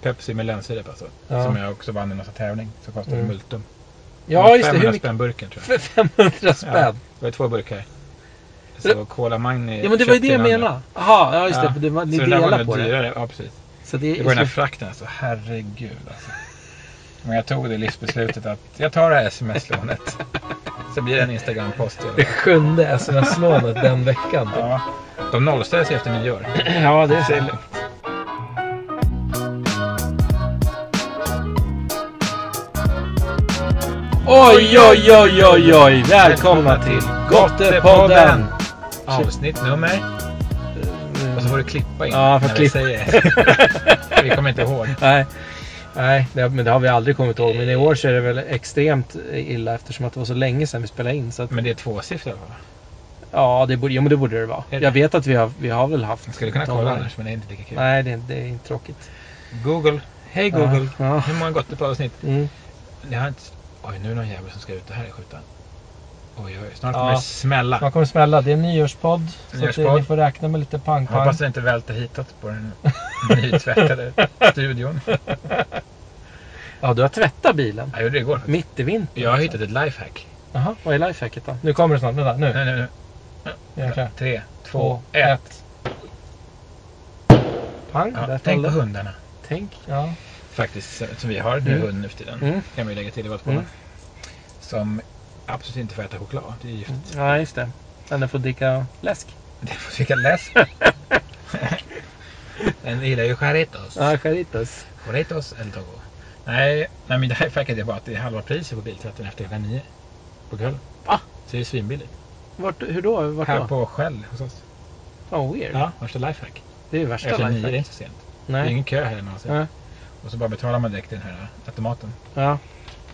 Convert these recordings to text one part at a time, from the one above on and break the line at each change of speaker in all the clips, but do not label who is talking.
Pepsi med lönnsirap alltså.
Ja.
Som jag också vann i någon sån tävling. Så kostade
Mm.
multum.
Ja, just det. Hur
500
mycket?
spänn burken tror jag.
För 500 spänn?
Det var ju två burkar.
Det-
Så Cola Magni
Ja, men det var ju
köpte
det jag
den andra.
menade. Jaha, ja just det. för det var, ni
så det där var
delar
nog
på det.
dyrare. Ja, precis.
Så det,
Det var den här
är
frakten alltså. Herregud alltså. Men jag tog det livsbeslutet att jag tar det här sms-lånet. Så blir det en Instagram-post. i alla
det
fall.
sjunde sms-lånet den veckan.
Ja, de nollställer sig efter nyår.
Ja, det
Det
är
är
så.
lugnt.
Oj, oj, oj, oj, oj! Välkomna till Gottepodden!
Avsnitt nummer. Och så får du klippa in
Ja, för
när
klipp.
vi säger. vi kommer inte ihåg.
Nej, nej det, men det har vi aldrig kommit ihåg. Men i år så är det väl extremt illa eftersom att det var så länge sedan vi spelade in. Så att,
Men det är tvåsiffrigt i alla fall.
ja, det borde, jo, men det borde det vara.
Är det?
Jag vet att vi har, vi har väl haft...
Man skulle kunna
dollar.
kolla annars, men det är inte lika kul.
Nej, det, är- det är inte tråkigt.
Google. Hej Google.
Ja,
Hur många Gottepodden-avsnitt?
ja. Mm.
Det har inte... Oj, nu är det någon jävel som ska ut det här i skjutan. Oj, oj, snart
Ja.
kommer det smälla.
Man kommer smälla. Det är en nyårspodd. Så att
Nyårspodd.
ni får räkna med lite
Jag hoppas
pang-pang.
det inte välter hitåt på den nytvättade studion.
Ja, du har tvättat bilen.
Jag gjorde det igår faktiskt.
Mitt i vintern.
Jag har hittat ett lifehack.
Jaha, vad är lifehacket då? Nu kommer det snart. Vänta, nu.
Nej, nej, nej.
Jäklar.
Tre, Eh, två, ett.
Pang,
Ja,
där
tänk
föll
på
det.
hundarna
Tänk. Ja.
faktiskt. eh, som- Som vi har nu
Mm.
hund nu för tiden.
Mm.
Kan vi lägga till i vårt
Mm.
mm. Som absolut inte får äta choklad. Det är gift.
ja, just det. Men den får dricka läsk.
Det får dricka läsk. Den gillar ju Jarritos.
Ja, charitas.
Jarritos eller Togo. Nej, nej men det här facket är bara att det är halva priset på biltvätten efter klockan nio. På kvällen.
Va?
Så det är svinbilligt.
Vart, hur då? Vart
Här
då?
på Shell hos oss.
Fan vad weird.
Ja, värsta lifehack.
Det är ju värsta
Efter nio, det är
lifehack.
inte så sent. Det är
Nej.
ingen kö här någonsin.
Nej.
Och så bara betalar man direkt i den här automaten.
Ja.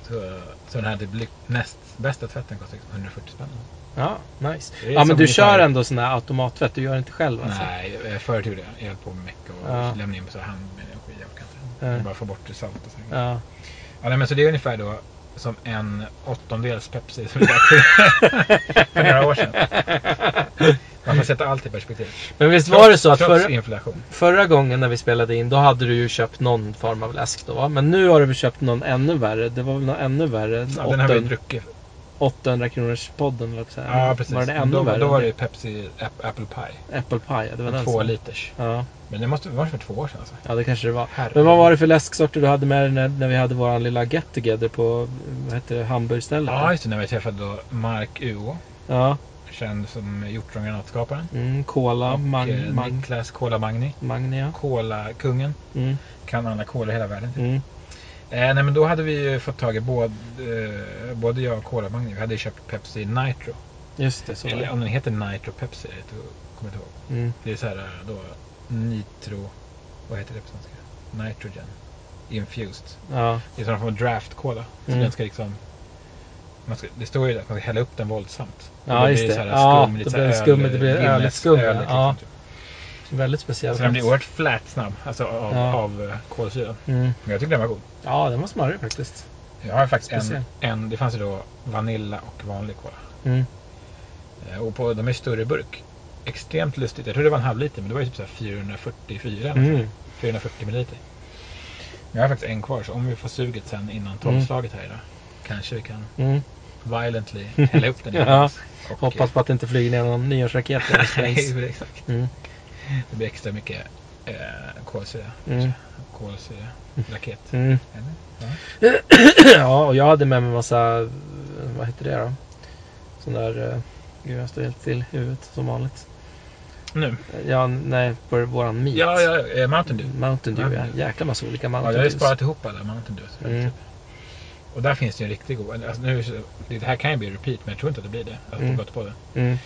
Så, så den här typ ly- näst bästa tvätten kostar liksom 140 spänn.
ja, nice.
Det är
Ja, men
som
du
ungefär-
kör ändå sån här automattvätt. Du gör det inte själv alltså?
Nej, jag- förut gjorde jag. Jag höll på med mecka och
Ja.
lämnade in på så här hand med energi och kanske.
Ja.
Bara få bort det salt och så. Ja.
Ja.
nej, men så det är ungefär då som en åttondels Pepsi som vi drack för några år sedan. Man får sätta allt i perspektiv.
Men visst var det så att
Trots
förra,
inflation.
förra gången när vi spelade in då hade du ju köpt någon form av läsk då va? Men nu har du väl köpt någon ännu värre. Det var väl någon ännu värre?
Ja, den har vi
800,
druckit.
800 kronors podden eller så här.
Ja, precis.
Var den ännu
då,
värre?
då var det ju Pepsi App- Apple Pie.
Apple pie, ja, det var den
Två
som-
liters.
Ja,
Men det måste vara för två år sedan alltså.
ja, det kanske det var.
Herregud.
Men vad var det för läsksorter du hade med dig när, när vi hade vår lilla get together på vad heter det, hamburgstället?
Ja, just det. När vi träffade då Mark Uo.
ja.
Känd som hjortrongranatskaparen.
Mm, cola,
Och, eh,
mang, mang,
Niklas Cola Magni.
magnia.
Cola-kungen.
Mm,
Kan alla cola i hela världen. typ.
mm,
Eh, nej, men då hade vi ju fått tag i både, eh, både jag och Cola Magni. Vi hade ju köpt Pepsi Nitro.
just det, så var
Eller
det.
om den heter Nitro Pepsi. Jag tror- kommer inte ihåg.
Mm,
Det är så här eh, då Nitro. Vad heter det på svenska? Nitrogen. Infused.
ja,
Det är som en form av draft-cola. Så
Mm.
den ska liksom... Man ska, det står ju där att man ska hälla upp den våldsamt. Och
Ja,
då blir
just det.
så här
Ja,
lite
då
så
blir
här
det skummet, det blir
Guinness,
öligt skum,
öligt,
ja.
liksom,
Ja.
typ.
väldigt speciell.
Så den blir oerhört flat snabb, alltså av,
Ja.
av eh, kolsyran.
mm.
Men jag tycker den var god.
Ja, den var smarrig faktiskt.
Jag har faktiskt
Speciell.
en, en, det fanns ju då vanilla och vanlig cola.
Mm.
Eh, Och på, de är i större burk. Extremt lustigt. Jag tror det var en halv liter, men det var ju typ så här 444 eller
Mm.
440 milliliter. Men jag har faktiskt en kvar, så om vi får suget sen innan tolvslaget här idag. Kanske vi kan
Mm.
violently hälla upp den i
Ja.
glas. Och,
Hoppas på att det inte flyger ner någon nyårsraket när det sprängs.
Nej, exakt.
Mm.
Det blir extra mycket eh, kolsyra.
Mm.
Kolsyra. Raket.
Mm.
Eller?
Ja, och jag hade med mig massa, eh, vad heter det då? Sån där, eh, gud jag står helt still i huvudet som vanligt. Eh,
Nu.
Ja, nej, på våran meet.
Ja, ja, eh, Mountain Dew.
Mountain Dew,
Mountain
ja. Jäkla massa olika
Ja,
Mountain
jag har ju
Dews.
sparat ihop alla Mountain Dews.
Mm.
Och där finns det ju en riktigt god. Alltså nu, det här kan ju bli repeat, men jag tror inte att det blir det. Alltså,
Mm.
på gott på det.
Mm.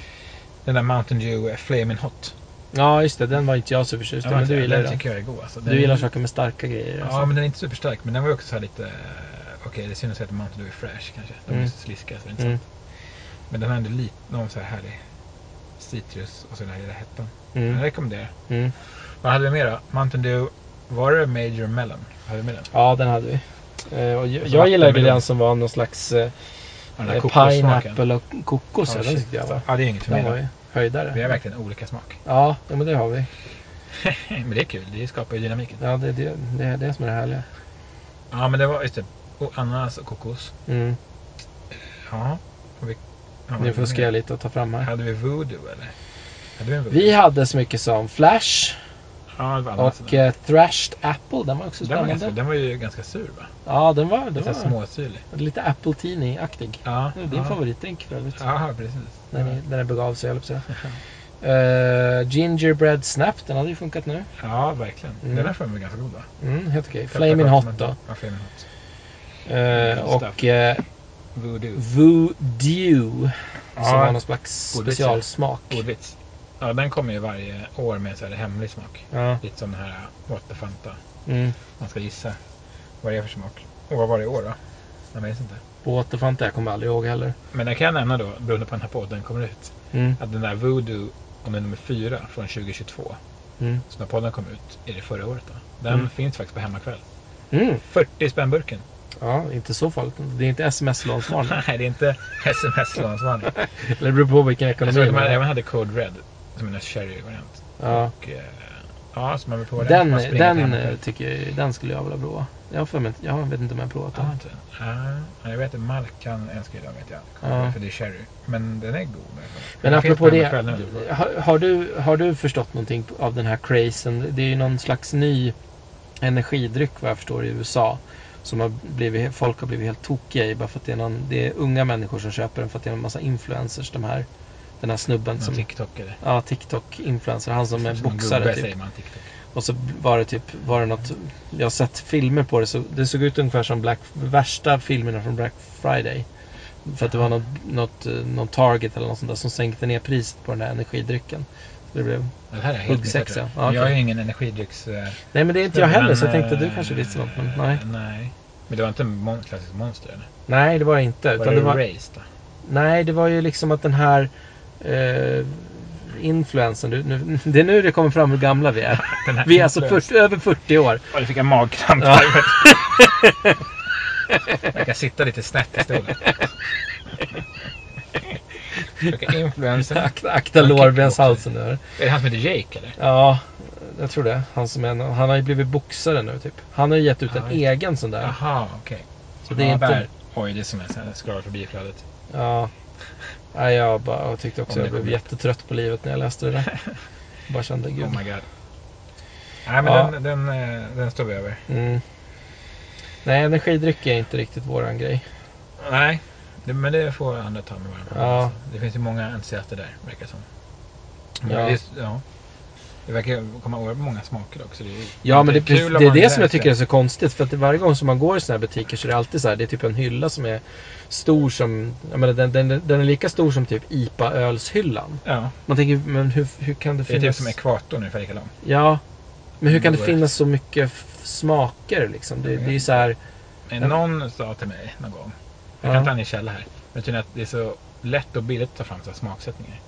Den där Mountain Dew eh, Flamin' Hot.
Ja, just det. Den var inte jag så förtjust i, men du gillar ju
den
den.
tycker jag är god. Alltså. Den,
Du gillar saker med starka grejer.
Ja,
alltså.
men den är inte superstark. Men den var ju också så här lite... eh, Okej, det är synd att säga att Mountain Dew är fresh kanske. De är
Mm.
så sliskiga så det är inte
Mm.
sant. Men den har ändå lite, någon så här härlig citrus och så den här lilla hettan. Jag
Mm.
rekommenderar.
Mm.
Vad hade vi mer då? Mountain Dew. Var det Major Melon? Hade vi med den?
ja, den hade vi. Eh, Och jag,
Och så
jag gillade ju
vattenmelon.
den som var någon slags eh,
Alltså, Den där
eh,
kokossmaken.
pineapple och kokos. ja, den tyckte jag var.
Ja, det är inget för
Den
mig.
var
då.
ju höjdare.
Vi har verkligen olika smak.
Ja, ja, men det har vi.
men det är kul, det skapar ju dynamiken.
Ja, det är det, det, är det som är det härliga.
Ja, men det var just det. Och ananas och kokos.
Mm.
Ja. Och vi, ja,
Nu fuskar jag lite och tar fram här.
Hade vi voodoo eller? Hade vi en voodoo?
Vi hade så mycket som Flash
Ja, det var ananas.
och eh, Thrashed Apple. Den var också
den, var ganska,
spännande.
den var ju ganska sur va?
Ja, den var, den
Lite
var
småsyrlig.
lite Apple Teeny-aktig.
Ja.
Det är Din
ja.
favoritdrink för övrigt.
Ja, precis.
När, ni, när den begav sig, höll jag på att säga. Eh, Gingerbread Snap, den hade ju funkat nu.
Ja, verkligen.
Mm.
Den där för mig ganska god va?
Mm, helt okej. Flaming Hot då.
Ja, Flaming Hot.
Eh, och eh,
Voodoo.
Voodoo. Som var någon slags
Godis, ja.
specialsmak.
Ordvits. Ja, den kommer ju varje år med så här hemlig smak.
Ja.
Lite som den här Waterfanta.
Mm.
Man ska gissa vad det är för smak. Och vad var det i år då? Jag minns inte.
Waterfanta, jag kommer aldrig ihåg heller.
Men jag kan nämna då, beroende på när den här podden kommer ut,
Mm.
att den där Voodoo, om det är nummer fyra från 2022,
Mm.
så när podden kom ut, är det förra året då? Den
Mm.
finns faktiskt på hemmakväll.
Mm.
40 spänn burken.
Ja, inte så farligt. Det är inte sms-lånsvarning.
Nej, det är inte sms-lånsvarning.
Eller det beror på vilken
Jag
ekonomi
såg att de
man
här
har.
även hade Code Red, som är en cherry-variant.
Ja.
Och, eh, ja, så man vill prova
Den,
Man springer till
den
hemmakväll.
eh, tycker jag, den skulle jag vilja prova. Jag, har för mig, inte- jag vet inte om jag har provat
Ja,
den.
inte. Ja, jag vet att Malkan älskar ju den vet jag.
Ja.
För det är cherry. Men den är god.
Men
Den finns
apropå
på
det,
hemmakvällen nu.
har, har, du, har du förstått någonting av den här crazen? Det är ju någon slags ny energidryck vad jag förstår i USA. Som har blivit, folk har blivit helt tokiga i bara för att det är, någon, det är unga människor som köper den för att det är en massa influencers. De här, den här snubben
Som
som
TikTokare.
Ja, TikTok-influencer. Han som är
Som en
boxare
gubbe
typ.
säger man TikTok.
Och så var det typ, var det något, jag har sett filmer på det, så det såg ut ungefär som Black, värsta filmerna från Black Friday. För att det var något, något, eh, någon Target eller något sånt där som sänkte ner priset på den där energidrycken. Så det blev...
Det här är helt
Huggsexa.
missat,
Ja, okej.
Jag är ju ingen energidrycks... eh,
Nej men det är inte jag
snubbe,
heller, så jag
men,
tänkte du
eh,
kanske visste något, men nej.
Nej. Men det var inte en mon- klassisk monster eller?
Nej, det var det inte.
Var
Utan
det,
det var,
Race då?
nej, det var ju liksom att den här eh, influensen, du- nu, det är nu det kommer fram hur gamla vi är.
Den här
Vi är alltså
influensen.
40, över 40 år.
Och du fick en magkramp.
Ja.
Jag kan sitta lite snett i stolen. Vilka influencer. Är
Akta, akta
En
lårbenshalsen nu.
det han som heter Jake eller?
Ja, jag tror det. Han, som är, en- han har ju blivit boxare nu typ. Han har ju gett ut en
Ja.
egen sån där.
Jaha, okej.
Så det är inte...
där. Oj, det är som en sån här scrollar förbi flödet.
Ja. Nej, jag, bara, jag tyckte
Om
också
det
jag blev
kommer.
jättetrött på livet när jag läste det där. bara kände gud.
Oh my god. Nej, men
Ja.
den, den, eh, den står vi över.
Mm. Nej, energidryck är inte riktigt våran grej.
Nej, det, men det får andra ta med varandra.
Ja.
Det finns ju många entusiaster där, verkar som. Men
Ja.
Det, är- ja. det verkar komma oerhört många smaker också. Det är,
Ja, men det, det,
kul om
är
man lär
det som jag
sig.
tycker är så konstigt. För att det- varje gång som man går i såna här butiker så är det alltid så här. Det är typ en hylla som är stor som... Jag menar, den, den, den är lika stor som typ IPA-ölshyllan.
Ja,
Man tänker, men hur, hur kan det
det är
finnas...
typ som ekvatorn ungefär lika lång.
Ja, men hur kan det
Oerhört.
finnas så mycket f- smaker liksom? Det, det är ju så här...
Men
Ja.
någon sa till mig någon gång, jag
Ja.
kan inte ange källa här, men tydligen att det är så lätt och billigt att ta fram så här smaksättningar.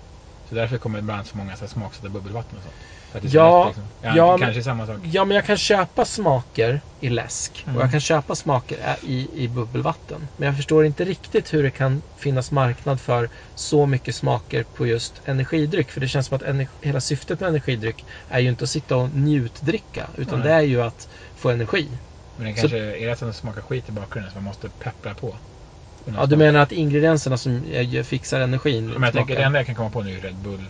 Så därför kommer det ibland så många så här smaksatta bubbelvatten och sånt. För att det är så
Ja,
lätt, liksom. ja,
ja, men-
kanske samma sak.
Ja, men jag kan köpa smaker i läsk
Mm.
och jag kan köpa smaker ä- i, i bubbelvatten. Men jag förstår inte riktigt hur det kan finnas marknad för så mycket smaker på just energidryck. För det känns som att ener- hela syftet med energidryck är ju inte att sitta och njutdricka, utan
Nej.
det är ju att få energi.
Men det
Så-
kanske är rätt att smaka skit i bakgrunden så man måste peppra på.
Ja, du menar att ingredienserna som eh, fixar energin
Men jag tänker, det
smakar-
enda jag kan komma på nu är Red Bull.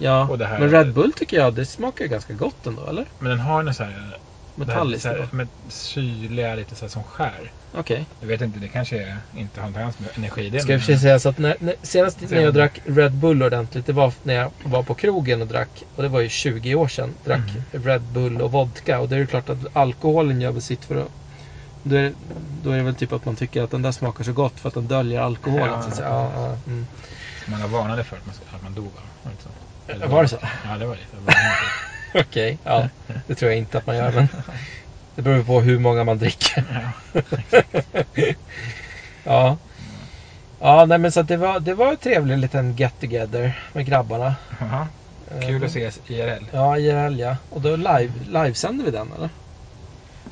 Ja,
och det här-
men Red Bull tycker jag, det smakar ju ganska gott ändå, eller?
Men den har någon så här,
Metalliskt.
det här, så
då.
här, med syrliga, lite så här som skär.
Okej.
Jag vet inte, det kanske är, inte har något alls med energidelen
Ska jag i och för sig säga så att när, när, senast när jag
Sen-
drack Red Bull ordentligt, det var när jag var på krogen och drack, och det var ju 20 år sedan, drack Red Bull och vodka. Och det är ju klart att alkoholen gör väl sitt för att... Då är, då är det väl typ att man tycker att den där smakar så gott för att den döljer alkoholen.
Ja.
Så att säga. Ja, ja, mm.
Man har varnade för att man, att man dog av. Var det inte så? Eller-
Var det så?
Ja, det var det. Det var det.
Okej, ja. Det tror jag inte att man gör, men det beror ju på hur många man dricker. ja. Ja, nej men så att det var, det var en trevlig liten get together med grabbarna.
Jaha, Kul
Eh,
att ses IRL.
Ja, IRL ja. Och då live, livesände vi den eller?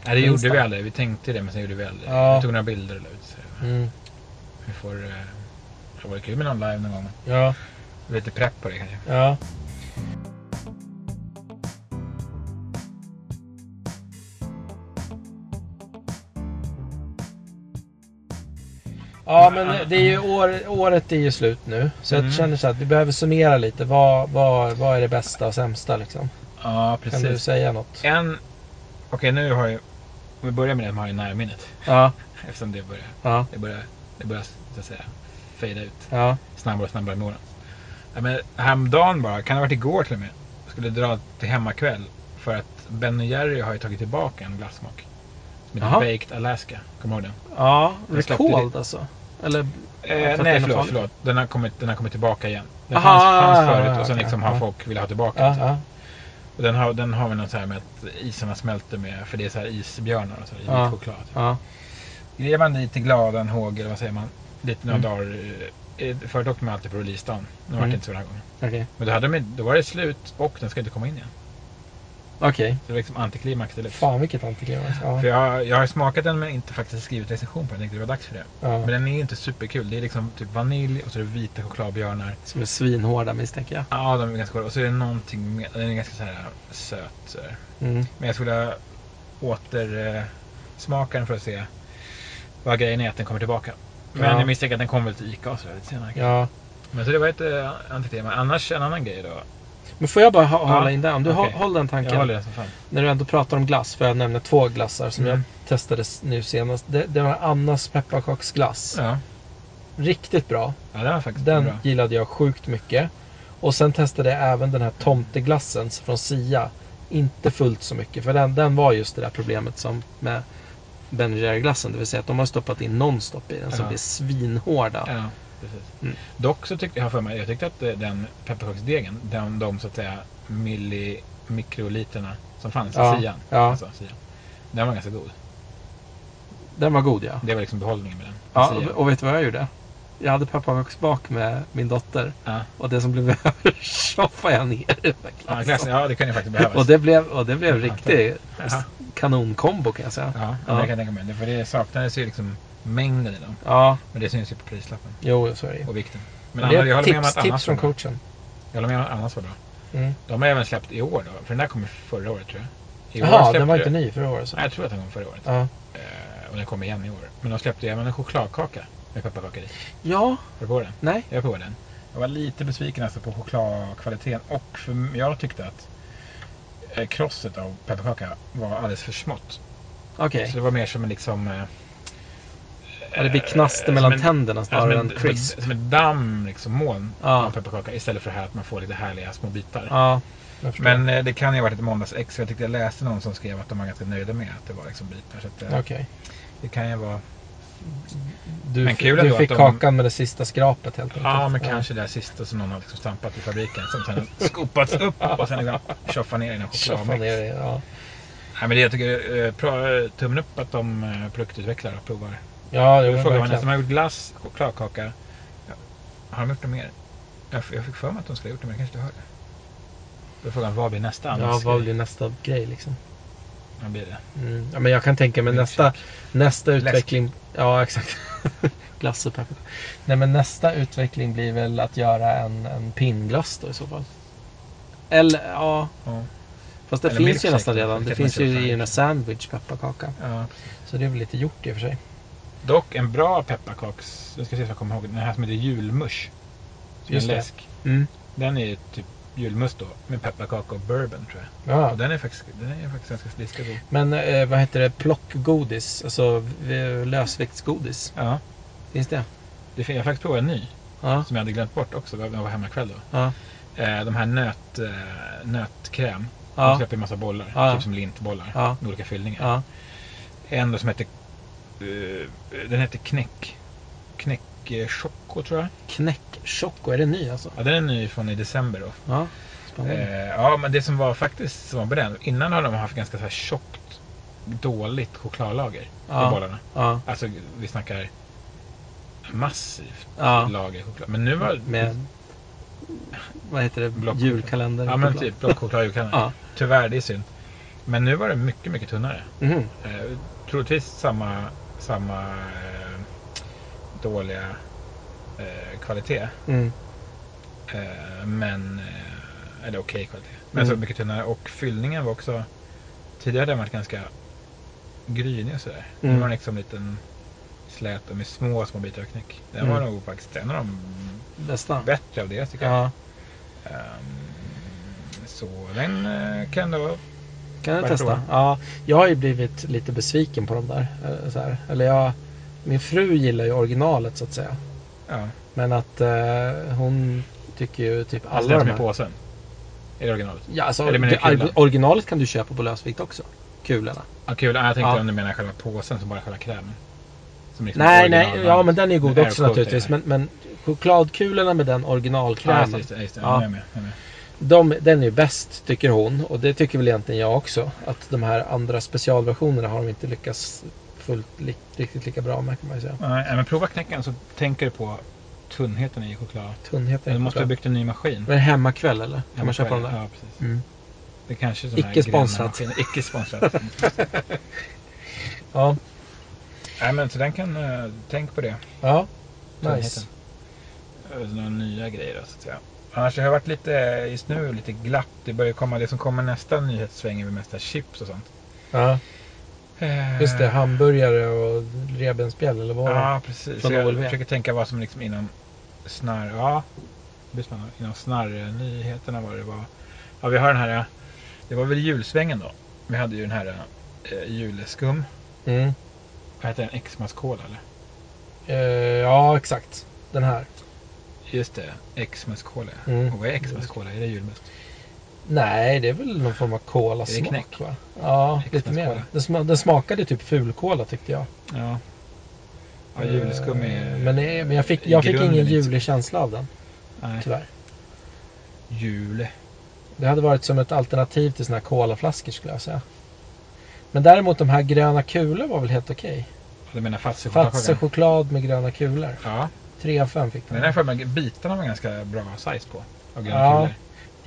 Nej, det
Minst
gjorde vi
det.
aldrig. Vi tänkte det, men sen gjorde vi aldrig det.
Ja.
Vi tog några bilder och la ut. Så vi får... Eh, det vore kul med någon live någon gång.
Ja,
Lite prepp på det kanske.
ja. Ja, men det är ju år, året är ju slut nu. Så
Mm.
jag känner så att vi behöver summera lite. Vad, vad, vad är det bästa och sämsta liksom?
Ja,
Kan du
precis.
säga något?
En... Okej, nu har jag... Om vi börjar med den som har i närminnet.
Ja,
Eftersom det börjar,
ja,
det börjar, det börjar så att säga, fejda ut
ja.
snabbare och snabbare med åren. Ja, men häromdagen bara, kan det ha varit igår till och med, skulle dra till hemmakväll. För att Ben och Jerry har ju tagit tillbaka en glassmak. Som heter
Jaha.
Baked Alaska. Kommer du ihåg den?
Ja,
Jag släppte det.
recalled alltså? Eller? för
Eh,
att
nej,
den
förlåt,
har-
förlåt. Den har, kommit, den har kommit tillbaka igen. Den
Aha,
fanns,
ja,
fanns
ja,
förut
ja,
och sen
okej,
liksom har
ja.
folk velat ha tillbaka
Ja,
den.
ja,
Och den har, den har vi något så här med att isarna smälter med, för det är så här isbjörnar och så, i vit
Ja.
choklad.
ja.
Grejar man dit i gladan håg, eller vad säger man, lite några
Mm.
dagar. eh, Förut åkte man alltid på releasedagen. Nu var det
Mm.
inte så den här gången.
Okej.
Men då, hade de, då var det slut och den ska inte komma in igen.
Okej.
Så det var liksom antiklimax deluxe.
Fan vilket antiklimax. Ja.
För jag, jag har smakat den men inte faktiskt skrivit recension på den. Jag tänkte det var dags för det. Men
Ja.
den är ju inte superkul. Det är liksom typ vanilj och så är det vita chokladbjörnar.
Som är svinhårda misstänker jag.
Ja, de är ganska goda. Och så är det någonting med, den är ganska så här söt. Så här.
Mm.
Men jag skulle vilja återsmaka den för att se vad grejen är att den kommer tillbaka. Men
Ja.
jag misstänker att den kommer väl till ICA och så där lite senare.
Ja.
Men så det var ett eh, antitema. Annars en annan grej då.
Men får jag bara ha,
Ja.
hålla in den? Om du
Okej.
hå- håll den
Jag
tanken.
håller den som fan.
När du ändå pratar om glass, för jag nämner två glassar som
Mm.
jag testade s- nu senast. Det, det var Annas pepparkaksglass.
Ja.
Riktigt bra.
ja, den var faktiskt
Den
bra.
gillade jag sjukt mycket. Och sen testade jag även den här tomteglassen från Sia. Inte fullt så mycket, för den, den var just det där problemet som med Ben Jerry-glassen. Det vill säga att de har stoppat in nonstop i den som
Ja.
blir svinhårda.
Ja, precis.
Mm.
Dock så tyckte jag har för mig, jag tyckte att eh, den pepparkaksdegen, den, de så att säga milli, mikroliterna som fanns i
Ja,
sian,
ja.
alltså, sian, den var ganska god.
Den var god ja.
Det var liksom behållningen med den.
ja
Sian.
och vet du vad jag gjorde? Jag hade pepparkaksbak med min dotter.
Ja.
Och det som blev över tjoffade jag ner i den där
Ja,
glassen.
glassen, ja, det kan ju faktiskt behövas.
Och det blev, och det blev
Ja,
riktig
Ja.
kanonkombo kan jag säga.
Ja,
Ja.
men jag kan tänka mig det. För det saknades ju liksom mängden i dem.
Ja,
Men det syns ju på prislappen
jo så är det ju.
och vikten. Men
Men det
annars,
är
jag
ett
håller med om
tips,
att
tips
annars
från
var bra.
coachen.
Jag håller med om att annars var bra.
Mm.
De har även släppt i år då. För den där kom ju förra året tror jag. I år
Jaha,
släppte-
den var inte ny förra året. Så.
Nej, jag tror att den kom förra året.
Ja.
Eh, och den kom igen i år. Men de släppte ju även en chokladkaka med pepparkakor i.
ja,
Har du provat den?
nej.
Jag provade den. Jag var lite besviken alltså på chokladkvaliteten. Och för jag tyckte att eh, krosset av pepparkaka var alldeles för smått.
Okej.
Så det var mer som en liksom... eh,
Ja, det blir knaster mellan
som en-
tänderna
Ja, som,
snarare
en,
än
som, ett,
crisp.
som ett damm, liksom moln
Ja.
av pepparkaka. Istället för det här att man får lite härliga små bitar.
Ja, jag förstår.
Men eh, det kan ju ha varit ett måndagsex. för Jag tyckte jag läste någon som skrev att de var ganska nöjda med att det var liksom bitar. Så att, eh,
Okej.
det kan ju vara...
Du,
Men
fick-
kul
du
ändå
fick
att de-
kakan med det sista skrapet helt enkelt.
Ja, men kanske det där sista som någon har liksom stampat i fabriken. Som sen har skopats upp och sen liksom tjoffat ner i någon
Tjoffa
chokladmix.
ner det, ja.
Nej, men det jag tycker, eh, pra- tummen upp att de eh, produktutvecklar och provar.
Ja, jo,
Jag frågade
verkligen.
henne, de har gjort glass, chokladkaka. Ja, Har de gjort något mer? Jag f- jag fick för mig att de skulle ha gjort det, men jag kanske inte hörde. Då frågade han, vad blir nästa
Ja,
annons?
vad blir nästa grej liksom?
Vad blir det?
Mm. Ja, men jag kan tänka mig nästa, nästa
Läsk.
utveckling. Ja, exakt. Glass och peppar. Nej, men nästa utveckling blir väl att göra en, en pinnglass då i så fall. Eller ja,
Ja,
fast det
Eller
finns ju
milkshake
nästan
då,
redan.
vilket
Det
man
finns
köper.
ju i en sandwich pepparkaka.
ja.
Så det är väl lite gjort i och för sig.
Dock en bra pepparkaks... Jag ska se så jag kommer ihåg. Den här som heter julmusch. Som är en
Just det.
läsk.
Mm.
Den är typ julmust då. Med pepparkaka och bourbon tror jag.
Ja.
Och den är faktiskt, den är faktiskt ganska ganska god.
Men eh, vad heter det? Plockgodis, alltså v- lösviktsgodis.
Ja.
Finns det?
Det fin- jag har faktiskt provat en ny.
Ja.
Som jag hade glömt bort också. när Jag var hemma ikväll då.
Ja.
Eh, De här nöt, eh, nötkräm. De
Ja.
släpper en massa bollar.
Ja.
Typ som lintbollar.
Ja.
Med olika fyllningar.
Ja.
En då som heter... eh, den heter knäck... Knäckchoko tror jag.
Knäcktjocko, är det ny alltså?
Ja, den är ny från i december då.
Ja. Spännande.
Eh, ja, men det som var faktiskt som var på den. Innan har de haft ganska så här tjockt, dåligt chokladlager i
Ja.
bollarna.
Ja.
Alltså vi snackar massivt
Ja.
lager choklad. Men nu var
Med, vad heter det,
Block-
julkalender?
Ja, men typ blockchoklad julkalender.
Ja.
Tyvärr, det är synd. Men nu var det mycket, mycket tunnare.
Mhm.
Eh, troligtvis samma, samma eh, dåliga eh, kvalitet.
Mm.
Eh, men, eh, eller okej kvalitet. Men
Mm.
så mycket tunnare. Och fyllningen var också, tidigare hade den varit ganska grynig och sådär. Nu
Mm.
var den liksom en liten slät och med små, små bitar av knäck. Den var
Mm.
nog faktiskt en av de
Bästa.
bättre av deras tycker jag.
Ja,
Ehm, så den eh, kan då...
kan jag
Värt
testa.
prova.
Ja, jag har ju blivit lite besviken på de där. eh, Så här. Eller jag, min fru gillar ju originalet så att säga.
Ja,
Men att eh, hon tycker ju typ
alla
alla
den
de
som är
här.
påsen. Är det originalet?
Ja, alltså,
Eller menar du
det,
kulan?
originalet kan du köpa på lösvikt också. Kulorna.
Ja, kul. Ja, jag tänkte
Ja.
om du menar själva påsen som bara är själva krämen. Som liksom
Nej,
original-
nej, ja men den är ju god
Det är
också
gott,
naturligtvis.
det är.
Men, men chokladkulorna med den
Ja, just
originalkrämen.
det, just det, just det.
Ja.
Jag är med, jag är med.
de, den är ju bäst tycker hon. Och det tycker väl egentligen jag också. Att de här andra specialversionerna har de inte lyckats fullt li, riktigt lika bra med kan man ju säga.
Nej, men prova knäcken så tänker du på tunnheten i choklad.
Tunnheten
Du
är
måste ha
choklad.
byggt en ny maskin.
Var det hemmakväll eller? Kan man köpa den där?
Ja, precis.
Mm.
Det är kanske sån här
Icke sponsrat.
Gränna-maskin. Icke sponsrat.
Ja.
Nej, men så den kan... eh, tänk på det.
ja. Nice.
Tunnheten. Eh, Några nya grejer då, så att säga. Annars har det varit lite, eh, just nu, lite glapp. Det börjar komma, det som kommer nästa nyhetssväng är väl mesta chips och sånt.
Ja.
Eh,
Just det, hamburgare och revbensspjäll eller vad var det?
Ja, precis.
Eh, Från
Så jag
OLV.
försöker tänka vad som liksom inom snarr... Ja, det blir spännande. Inom snarrnyheterna var det var. Ja, vi har den här... eh, Det var väl julsvängen då. Vi hade ju den här eh, julskum.
Mm.
Vad heter den? Xmas-cola eller?
Eh, ja, exakt. Den här.
Just det, Xmas-cola.
Mm.
Och vad är Xmas-cola? Är det julmust?
Nej, det är väl någon form av
Är det
kolasmak
knäck?
va? Ja,
Knäck
lite
med
mer.
kola.
Den, sma- den smakade typ fulkola tyckte jag.
Ja. Ja, julskum är...
Eh, Men, eh, men jag fick, jag
i
fick
grunden
ingen
inte-
julig känsla av den,
Nej,
tyvärr.
jul.
Det hade varit som ett alternativ till såna här kolaflaskor skulle jag säga. Men däremot de här gröna kulor var väl helt okej?
Du menar
Fatse
fattigchoklad?
choklad med gröna kulor.
Ja,
3 av 5 fick
den här
den.
för mig, bitarna var ganska bra size på. Och gröna
Ja.
kulor.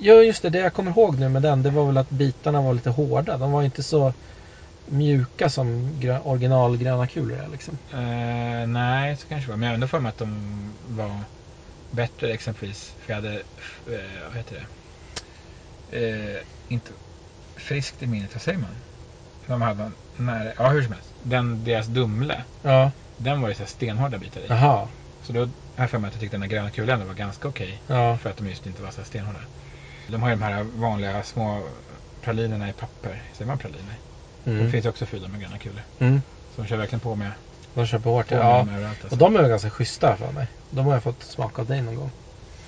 Jo, just det. Det jag kommer ihåg nu med den, det var väl att bitarna var lite hårda. De var inte så mjuka som grö- originalgröna kulor är liksom.
Eh, nej, så kanske det var. Men jag har ändå för mig att de var bättre exempelvis. För jag hade, eh, vad heter det? Eh, inte friskt i minnet, vad säger man? De hade nära, ja hur som helst. Den, deras Dumle,
Ja.
den var ju så här stenhårda bitar i.
Jaha.
Så då har jag för mig att jag tyckte den där gröna kulan ändå var ganska okej.
Ja.
för att de just inte var så här stenhårda. De har ju de här vanliga små pralinerna i papper. Säger man praliner? Det
Mm.
finns ju också fyllda med gröna kulor.
Mm.
Så de kör verkligen på med,
De kör på hårt.
på
Ja.
med dem överallt. Alltså.
Och de är väl ganska schyssta för mig. De har jag fått smaka av dig någon gång.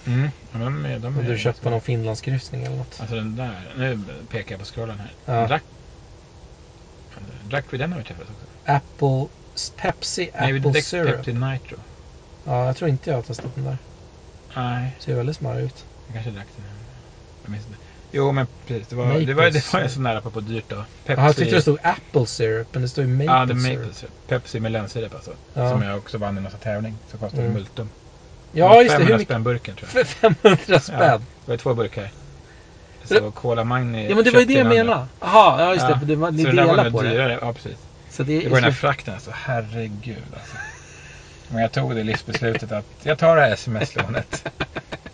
Mm. Ja, de är, de är
Om du köpte någon finlandskryssning eller något.
Alltså den där. Nu pekar jag på scrollen här.
Ja.
Drack, drack vi den när vi träffades också?
Apple... Pepsi
Nej, vi
Apple
drack
Syrup.
Pepsi Nitro.
Ja, jag tror inte jag har testat den där.
Nej,
Ser väldigt smarrig ut.
jag kanske drack den. Jag minns inte. Jo, men precis. Det var,
Maple
det var, det var ju
syrup.
så nära på, på dyrt då.
Jaha, jag tyckte det stod Apple Syrup, men det står ju Maple
Ja, det är
Syrup.
maple syrup. Pepsi med lönnsirap alltså.
Ja.
Som jag också vann i någon sån tävling. Så kostade
Mm.
multum.
Ja, just det.
500
Hur mycket?
spänn burken tror jag.
För 500 spänn?
Det var ju två burkar.
Det-
Så Cola Magni
Ja, men det var ju
köpte
det jag
den andra.
menade. Jaha, ja just det. för det var, ni
så den där var
delar
nog
på det.
dyrare. Ja, precis.
Så det,
Det var den här
är så,
frakten alltså. Herregud alltså. Men jag tog det livsbeslutet att jag tar det här sms-lånet.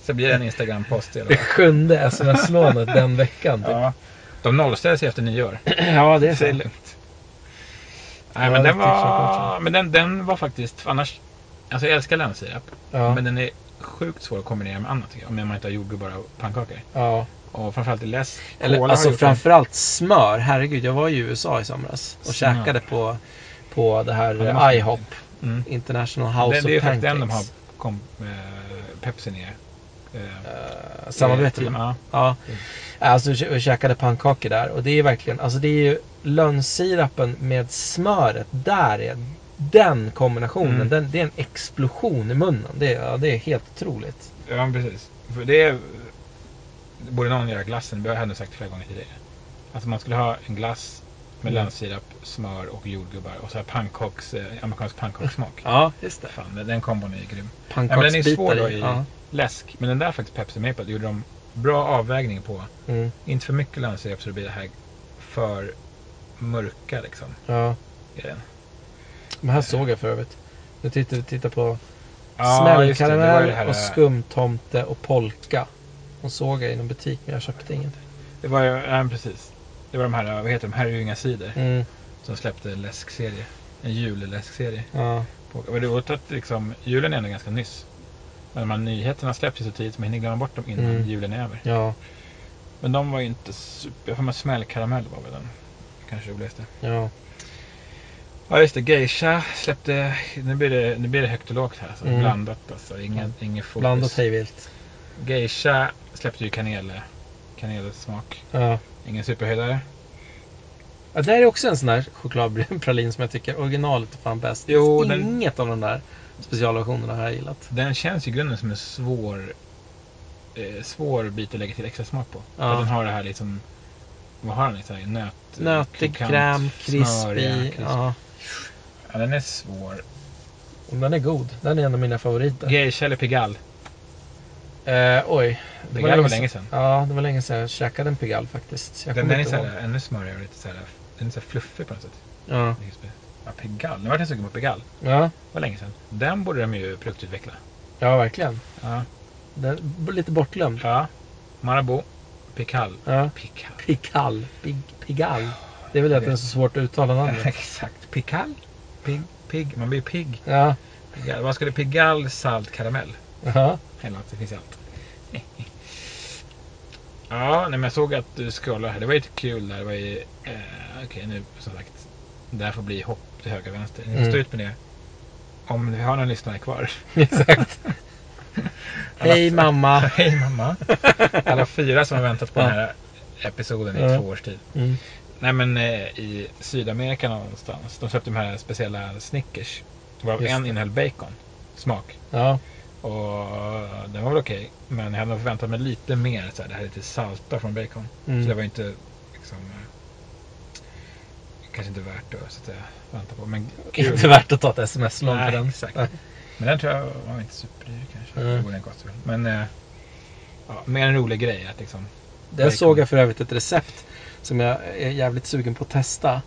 Så blir det en Instagram-post i alla
det
fall.
sjunde sms-lånet den veckan. typ.
Ja. De nollställde sig efter nyår.
ja, det är
Det är
sant.
lugnt. Nej,
Ja,
men
det typ
den
tycker jag
var,
också.
men den, den var faktiskt annars. Alltså jag älskar lönnsirap.
Ja,
Men den är sjukt svår att kombinera med annat tycker jag. Om man inte har jordgubbar och pannkakor.
ja.
Och framförallt i läsk.
Eller
Cola har
alltså
gjort den.
framförallt smör. Herregud, jag var ju i USA i somras och
Smör.
käkade på, på det här
Ja, det
eh,
måste-
IHOP,
Mm.
International
Det,
House
det är
of Pancakes.
faktiskt den de har kom, eh, Pepsi ner. Eh,
Eh, Samarbete
i-
med.
Ja,
Ja. Alltså vi kä- vi käkade pannkakor där och det är verkligen, alltså det är ju lönnsirapen med smöret. Där är den kombinationen,
Mm.
den, det är en explosion i munnen. Det, är- ja, det är helt otroligt.
ja men precis. För det är, det borde någon göra glassen. Det har jag nog sagt flera gånger tidigare. Alltså man skulle ha en glass med
Mm.
lönnsirap, smör och jordgubbar. Och så här pannkaks, eh, amerikansk pannkakssmak.
Ja, just det.
Fan, den- den kombon är grym. Ja, men den är ju svår
Pannkaksbitar
då
i.
i-
Ja.
Läsk. Men den där faktiskt Pepsi Maple. Det gjorde de bra avvägning på.
Mm.
Inte för mycket lönnsirap så det blir det här för mörka liksom.
ja.
i den.
De här såg jag för övrigt. Nu tittar vi tittar på
Ja, just det. Det var ju
smällkaramell
det här-
och skumtomte och polka. De såg jag i någon butik men jag köpte ingenting.
Det var ju, ja men precis. Det var de här, vad heter de, Här är ju inga sidor.
Mm.
Som släppte en läskserie. En julläskserie
Ja.
på ihåg. Men det är roligt att liksom, julen är ändå ganska nyss. Men de här nyheterna släpps ju så tidigt så man hinner glömma bort dem innan
Mm.
julen är över.
Ja,
Men de var ju inte super... Jag får med smällkaramell var väl den kanske roligaste.
ja.
Ja just det, Geisha släppte... Nu blir det, nu blir det högt och lågt här. Alltså.
Mm.
Blandat alltså. Ingen, ingen fokus.
Blandat hejvilt.
Geisha släppte ju kanel, kanelsmak.
Ja.
Ingen superhöjdare.
Ja, det här är också en sån här chokladpralin som jag tycker originalet är fan bäst.
Jo, den-
Inget av de där specialversionerna har jag gillat.
Den känns i grunden som en svår, eh, svår bit att lägga till extra smak på.
Ja.
För Den har det här liksom... Vad har den? Liksom, här nöt,
Nötig,
krokant,
kräm, krispig.
smöriga,
Ja.
Ja, den är svår.
Och Den är god. Den är en av mina favoriter.
Geisha eller Pigalle?
Eh, oj. Det
Pigalle var
sedan-
länge sedan.
Ja, det var länge sedan jag käkade en Pigalle faktiskt. Jag
Den,
kommer
den är
inte
så
ihåg.
här, ännu smörigare och lite så här, den är så här fluffig på något sätt.
Ja.
Ja, Pigalle. Nu vart jag sugen på Pigalle.
Ja.
Det var länge sedan. Den borde de ju produktutveckla.
ja, verkligen.
Ja.
Den, b- lite bortglömd.
ja. Marabou. Pigalle.
Ja.
Pigalle.
Pikal. Pig, pigal. Det är väl det att det är så svårt att uttala namnet.
Exakt. Pigalle. Pig. Pig. Man blir pigg.
Ja.
Pigalle. Vad skulle Pigalle, salt, karamell?
Ja.
Eller att det finns i allt. ja, nej, men jag såg att du scrollade här. Det var ju lite kul där. Det var ju... Eh, Okej, nu som sagt. Det här får bli hopp till höger och vänster. Ni får
Mm.
stå ut med det. Om vi har någon lyssnare kvar.
Exakt. Hej mamma.
Hej mamma. Alla fyra som har väntat på den här episoden i
Ja.
två års tid.
Mm.
Nej men eh, i Sydamerika någonstans. De köpte de här speciella Snickers. Varav
Just
en
det.
innehöll bacon. Smak.
Ja.
Och den var väl okej. Men jag hade nog förväntat mig lite mer. Så här, det här lite salta från bacon. Så det var
Mm.
ju inte liksom... eh, Kanske inte värt det så att säga, vänta på. Men kul.
Inte värt att ta ett sms långt
Nej,
för den.
exakt. Men den tror jag var inte superdyr kanske.
Mm.
Det borde den kosta. väl. Men eh, ja, mer en rolig grej att liksom...
Där såg jag för övrigt ett recept som jag är jävligt sugen på att testa.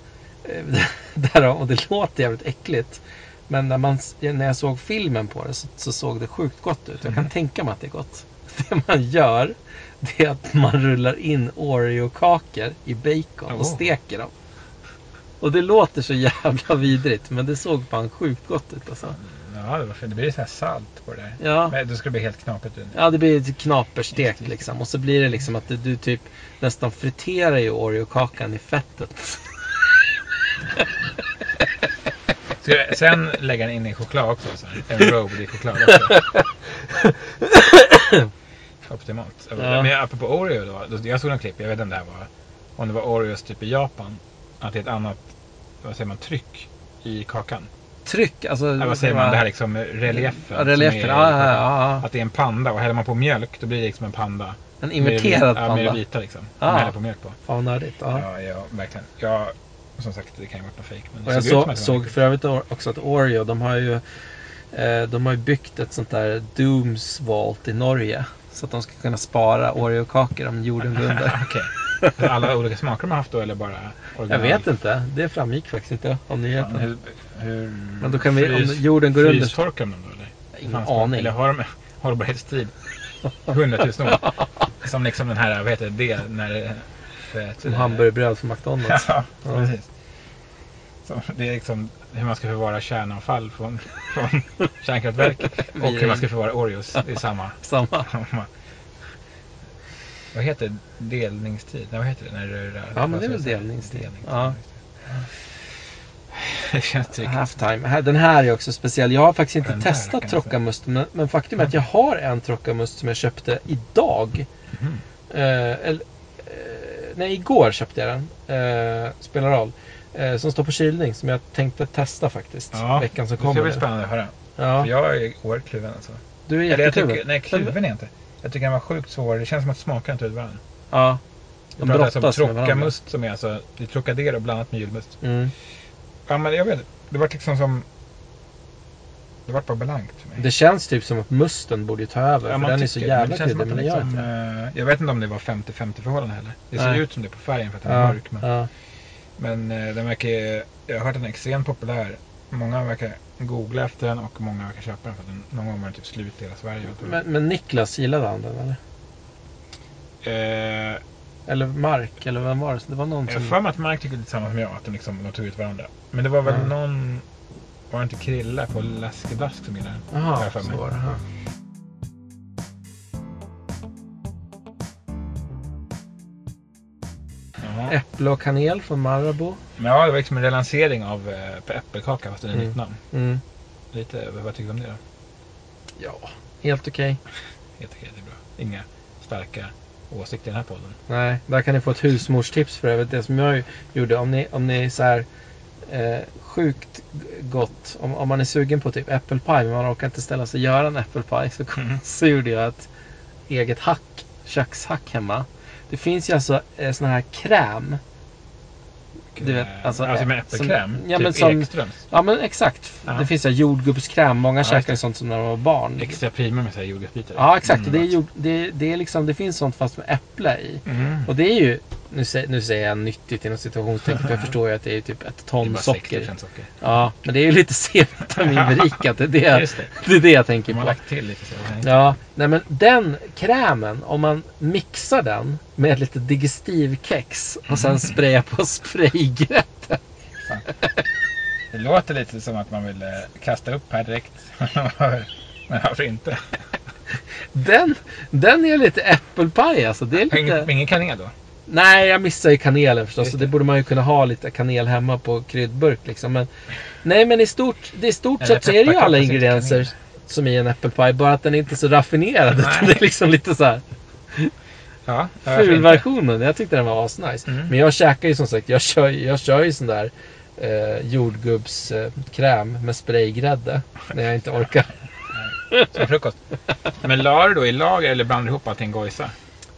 Eh, Därav, och det låter jävligt äckligt. Men när, man, s- när jag såg filmen på det så, så såg det sjukt gott ut. Jag kan
Mhm.
tänka mig att det är gott. Det man gör det är att man rullar in Oreo-kakor i bacon och
Oh.
steker dem. Och det låter så jävla vidrigt men det såg fan sjukt gott ut alltså.
Ja, det var fint. Det blir så här salt på det där.
Ja.
Men då ska det bli helt knapigt. ut.
Ja, det blir ett knaperstek
Just det.
liksom. Och så blir det liksom att du, du typ nästan friterar ju Oreo-kakan i fettet.
Ska jag sen lägga den in i choklad också. Så här. En robe i choklad också. Optimalt.
Ja.
Men apropå Oreo då. då- Jag såg en klipp. Jag vet inte om det här var. Om det var Oreos typ i Japan. Att det är ett annat vad säger man, tryck i kakan.
Tryck, alltså.
Eller vad säger man? Det här liksom reliefen.
Ja,
som
reliefen.
är-
Ja, ja, ja, ja.
Att det är en panda och häller man på mjölk då blir det liksom en panda.
En
Med-
inverterad
Ja, med det
panda.
vita liksom.
Ja.
Man häller på mjölk på.
Fan vad nördigt. Ja.
Ja, ja verkligen. Ja, som sagt, det kan ju vara något fejk. men det
Och jag
såg ut som att
så,
det var
såg
riktigt.
för övrigt or- också att Oreo, de har ju eh, de har ju byggt ett sånt där Dooms Vault i Norge. Så att de ska kunna spara Oreo-kakor om jorden går under.
Okej. För Alla olika smaker de har haft då eller bara
Jag
original?
vet inte. Det framgick faktiskt inte av
Fan,
nyheten.
hur, hur...
Men då kan vi, om jorden går under så...
Frystorkar de dem då eller?
Ingen
Fanns det?
aning.
Eller har de hållbarhetstid? 100 000 år. Som liksom den här, vad heter det, när det... För,
Som hamburgerbröd från McDonalds.
Ja, precis. Så det är liksom hur man ska förvara kärnavfall från, från kärnkraftverk och hur man ska förvara Oreos. Det är samma.
Samma.
Vad heter det? delningstid? Nej, vad heter det? När du rör, Alltså,
Ja, men det är väl delningstid. Ja.
Ja. Det känns tryggt.
Halftime. Här- Den här är också speciell. Jag har faktiskt inte
Den där kan
testat
jag
Trockamust. Men, men faktum är att jag har en Trockamust som jag köpte idag.
Mhm.
Eh, eller, eh, nej, igår köpte jag den. Eh, spelar roll. Eh, som står på kylning som jag tänkte testa faktiskt.
Ja,
Veckan som
Det ska
kommer.
bli
nu.
spännande att höra. För
Ja,
jag är oerhört kluven alltså.
du är
Eller jag
jättekul.
tycker, nej, kluven är jag inte. Jag tycker den var sjukt svår. Det känns som att smakerna inte ut varandra.
Ja.
Jag
De
pratar alltså om
brottas med varandra.
tråckamust som är alltså, det är Trocadero blandat med julmust.
Mm.
Ja, men jag vet inte. Det var liksom som... Det var bara blankt för mig.
Det känns typ som att musten borde ju ta över.
Ja,
för
man
den är så
tycker,
jävla
känns som
kryddig.
att
Men det
den
gör
liksom,
inte.
eh, Jag vet inte om det var 50-50 förhållande heller. Det ser
Nej.
ju ut som det på färgen för att den är
Ja,
eh, mörk. Men,
ja.
men eh, den verkar, ju- jag har hört att den är extremt populär. Många verkar googla efter den och många verkar köpa den för att den, någon gång var den typ slut i hela Sverige. jag tror.
Men, men Niklas, gillade han den eller?
Eh,
Eller Mark, eller vem var det? Det var någon
jag har
som...
för mig att Mark tyckte lite samma som jag, att de, liksom, de tog ut varandra. Men det var väl
Ja.
någon Var det inte Krilla på Läskeblask som gillade den? har
Jaha,
jag för
så
mig.
var det. Aha.
Jaha.
Äpple och kanel från Marabou.
Men ja, det var liksom en relansering av eh, äppelkaka fast under
Mm.
nytt namn.
Mm.
Lite, vad tycker du om det då?
Ja, helt okej.
Helt okej, det är bra. Inga starka åsikter i den här podden.
Nej, där kan ni få ett husmorstips för övrigt. Det som jag gjorde, om ni, om ni är så här eh, sjukt gott, om, om man är sugen på typ äppelpaj men man orkar inte ställa sig och göra en äppelpaj så,
Mm.
så gjorde jag ett eget hack, kökshack hemma. Det finns ju alltså eh, sån här kräm. Du vet,
Eh,
alltså,
alltså med
eh, som-
äppelkräm?
ja,
typ
men som-
Ekströms?
Ja men exakt.
Ja.
Det finns ju jordgubbskräm. Många
Ja,
käkade
exakt.
sånt som när de var barn.
Extra prima med så här jordgubbsbitar? i.
Ja exakt. Och det, är
Mm.
jord, det, det, är liksom, det finns sånt fast med äpple i.
Mm.
Och det är ju, nu säger, nu säger jag nyttigt inom situationstecken för jag förstår ju att det är typ ett
Det är
ton
bara
socker.
60% socker.
Ja, men det är ju lite C-vitaminberikat. Det, är det, jag-
Just det.
det är det jag tänker
De har
på.
lagt till lite så.
Ja, nej men den krämen, om man mixar den med lite digestivkex och sen sprayar på spraygrädde.
Det låter lite som att man vill eh, kasta upp här direkt. Men varför inte?
Den, den är lite äppelpaj alltså. Det är lite...
Ingen, ingen kanel då?
Nej, jag missar ju kanelen förstås.
Just
Så
det.
det borde man ju kunna ha lite kanel hemma på kryddburk. Liksom. Men, nej, men i stort, det är stort
Eller
sett så är det ju
pepparkakor
alla
som inte
ingredienser
kanel.
som i en äppelpaj. Bara att den är inte är så raffinerad.
Nej.
utan Det är liksom lite så här
Ja, varför inte?
fulversionen. Jag tyckte den var asnice.
Mm.
Men jag käkar ju som sagt, jag kör, jag kör ju sån där eh, jordgubbskräm med spraygrädde. När jag inte orkar.
Som frukost. Men la du då i lager eller blandade ihop allting gojsa?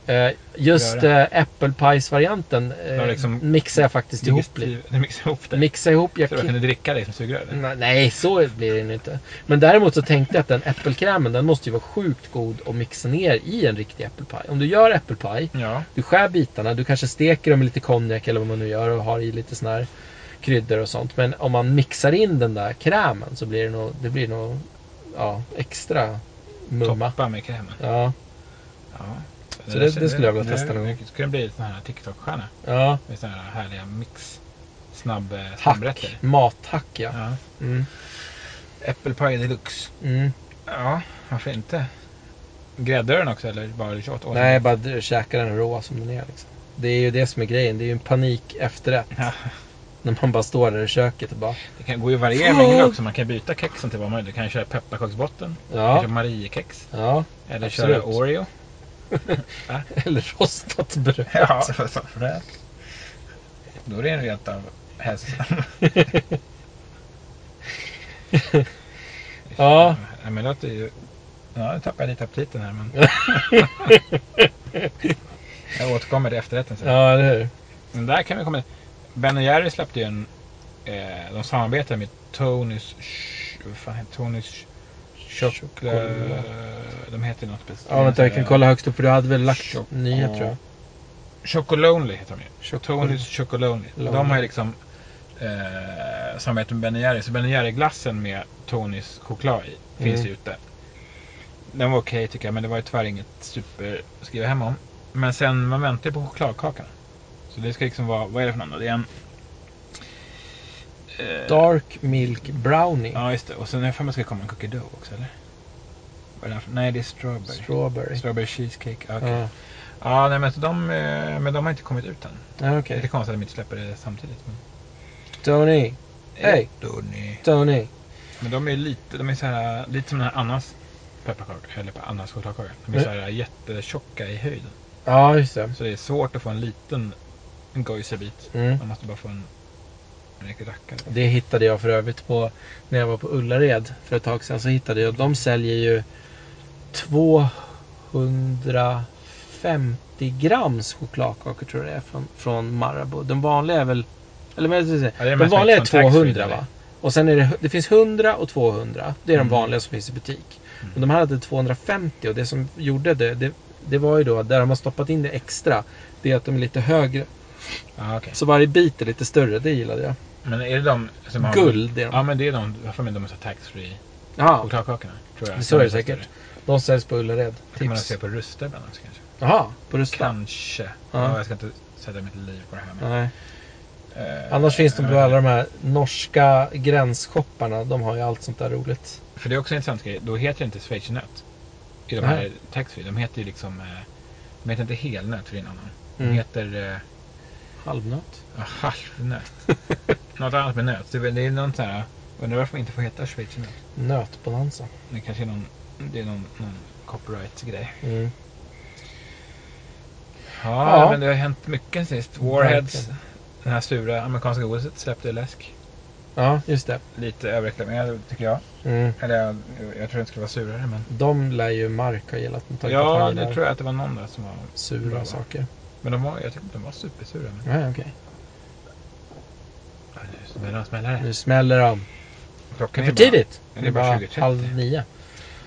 Eh, just eh, äppelpajsvarianten
Ja,
eh,
liksom-
mixar jag faktiskt ihop lite. Mm.
Du mixade ihop det?
Mixa ihop, jag
Så du
ki-
kunde dricka det som sugrör? eller?
Nej, Nej, så blir det nu inte. Men däremot så tänkte jag att den äppelkrämen, den måste ju vara sjukt god att mixa ner i en riktig äppelpaj. Om du gör äppelpaj,
Ja.
du skär bitarna, du kanske steker dem med lite konjak eller vad man nu gör och har i lite sån här kryddor och sånt. Men om man mixar in den där krämen så blir det nog, det blir nog ja, extra mumma.
Toppa med krämen.
Ja,
Ja.
Så det- det skulle jag vilja testa någon gång.
Det skulle bli en sån här TikTok-stjärna.
ja.
Med såna här härliga mix. Snabb, eh,
Hack,
snabbrätter.
mathack ja.
Ja.
Mm,
Äppelpaj deluxe.
mm.
Ja, varför inte? Gräddar den också eller bara lite åt? åt?
Nej, bara d- käka den rå som den är. Liksom. Det är ju det som är grejen. Det är ju en panik efterrätt.
Ja.
När man bara står där i köket och bara...
Det kan gå ju att variera mängder också. Man kan byta kexen till vad man vill. Du kan ju köra pepparkaksbotten. Ja.
Ja,
Köra Mariekex.
ja.
Eller
Absolut.
köra Oreo.
eller rostat bröd.
Ja, för så- för det. Då är det en rent av hälsosam.
Ja.
Nej, men det låter ju... Ja, nu tappade jag lite aptiten här men... jag återkommer till efterrätten sen.
Ja, eller hur?
Men där kan vi komma Ben Jerry släppte ju en... Eh, de samarbetade med Tonys... sh- Vad fan heter Tonys... Choklad...
Choklad.
De heter något speciellt.
Ja, vänta, jag kan kolla högt upp för du hade väl lagt
Chock-
nyhet tror jag.
Chocolonely heter de ju.
Chock-
Tonys Chocolonely.
Lonely.
De har ju liksom eh, samarbete med Ben Jerry. Så Ben Jerry-glassen med Tonys choklad i finns
Mm.
ju ute. Den var okej tycker jag, men det var ju tyvärr inget super att skriva hem om. Men sen, man väntar ju på chokladkakan. Så det ska liksom vara, vad är det för någon då? Det är en... eh,
Dark Milk Brownie.
Ja, just det. Och sen har jag för mig att det ska komma en cookie dough också, eller? Vad är det för? Nej, det är strawberry.
Strawberry.
Strawberry cheesecake. ja, Okej.
Ja,
Ja, nej, men, så de, eh, men de har inte kommit ut än.
Ja,
Det är lite
okej.
konstigt att de inte släpper det samtidigt. Men...
Tony, Hej.
Donny.
Tony.
Men de är lite, de är så här, lite som den här Annas pepparkakor, eller Annas chokladkaka. De är
Nej.
så här jättetjocka i höjden.
Ja, just det.
Så det är svårt att få en liten gojsebit.
Mm.
Man måste bara få en, en riktig rackare.
Det hittade jag för övrigt på när jag var på Ullared för ett tag sedan. Så hittade jag, de säljer ju 250 grams chokladkakor tror jag det är från, från Marabou. Den vanliga är väl, eller vad ska jag säga,
Ja, det är de här
den
som
vanliga är
inte från taxfree,
200
eller?
va? Och sen är det, det finns 100 och 200. Det är
Mm.
de vanliga som finns i butik. Men de här hade 250 och det som gjorde det, det, det var ju då att där de har stoppat in det extra, det är att de är lite högre.
Ja, okej.
Så varje bit är lite större, det gillade jag.
Men är det de som har...
Guld är de.
Ja, men det är de, jag har för mig de är så här tax-free
Ja,
chokladkakorna. Tror jag.
Så är det
De
säkert.
större.
De säljs på Ullared.
Det kan man
Tips.
se på Rusta ibland också kanske.
Jaha, på Rusta?
Kanske.
Ja.
Ja. Jag ska inte sätta mitt liv på det här. Men...
Nej.
Eh,
Annars finns de
jag
på
vet
alla de här norska gränshopparna. De har ju allt sånt där roligt.
inte. För det är också en intressant grej. Då heter det inte Schweizer nöt. I de
Nej.
här taxfree. De heter ju liksom... eh, De heter inte helnöt för det är en annan. De
Mm.
heter eh,
Halvnöt.
ja, halvnöt. Något annat med nöt. Det är väl- det är någon sån här... Undrar varför man inte får heta Schweizer nöt.
Nötbonanza.
Det kanske är någon, det är någon, någon copyright-grej.
Mm.
Ja,
Ja.
men det har hänt mycket sen sist. Warheads,
Verkligen.
det här sura amerikanska godiset, släppte ju läsk.
Ja, just det.
Lite överreklamerad tycker jag.
Mm.
Eller jag, jag tror den skulle vara surare. Men...
De lär ju Mark ha gillat med tanke på att
Ja,
han
det
gillar
tror jag att det var någon där som var.
sura
Bra.
saker.
Men de var, jag tyckte de var supersura. Men...
Nej, okej.
Ja, nu smäller de, smäller det.
Nu smäller de.
Klockan
Men
är
Mm. för tidigt.
Ja, det är bara 20.30.
halv nio.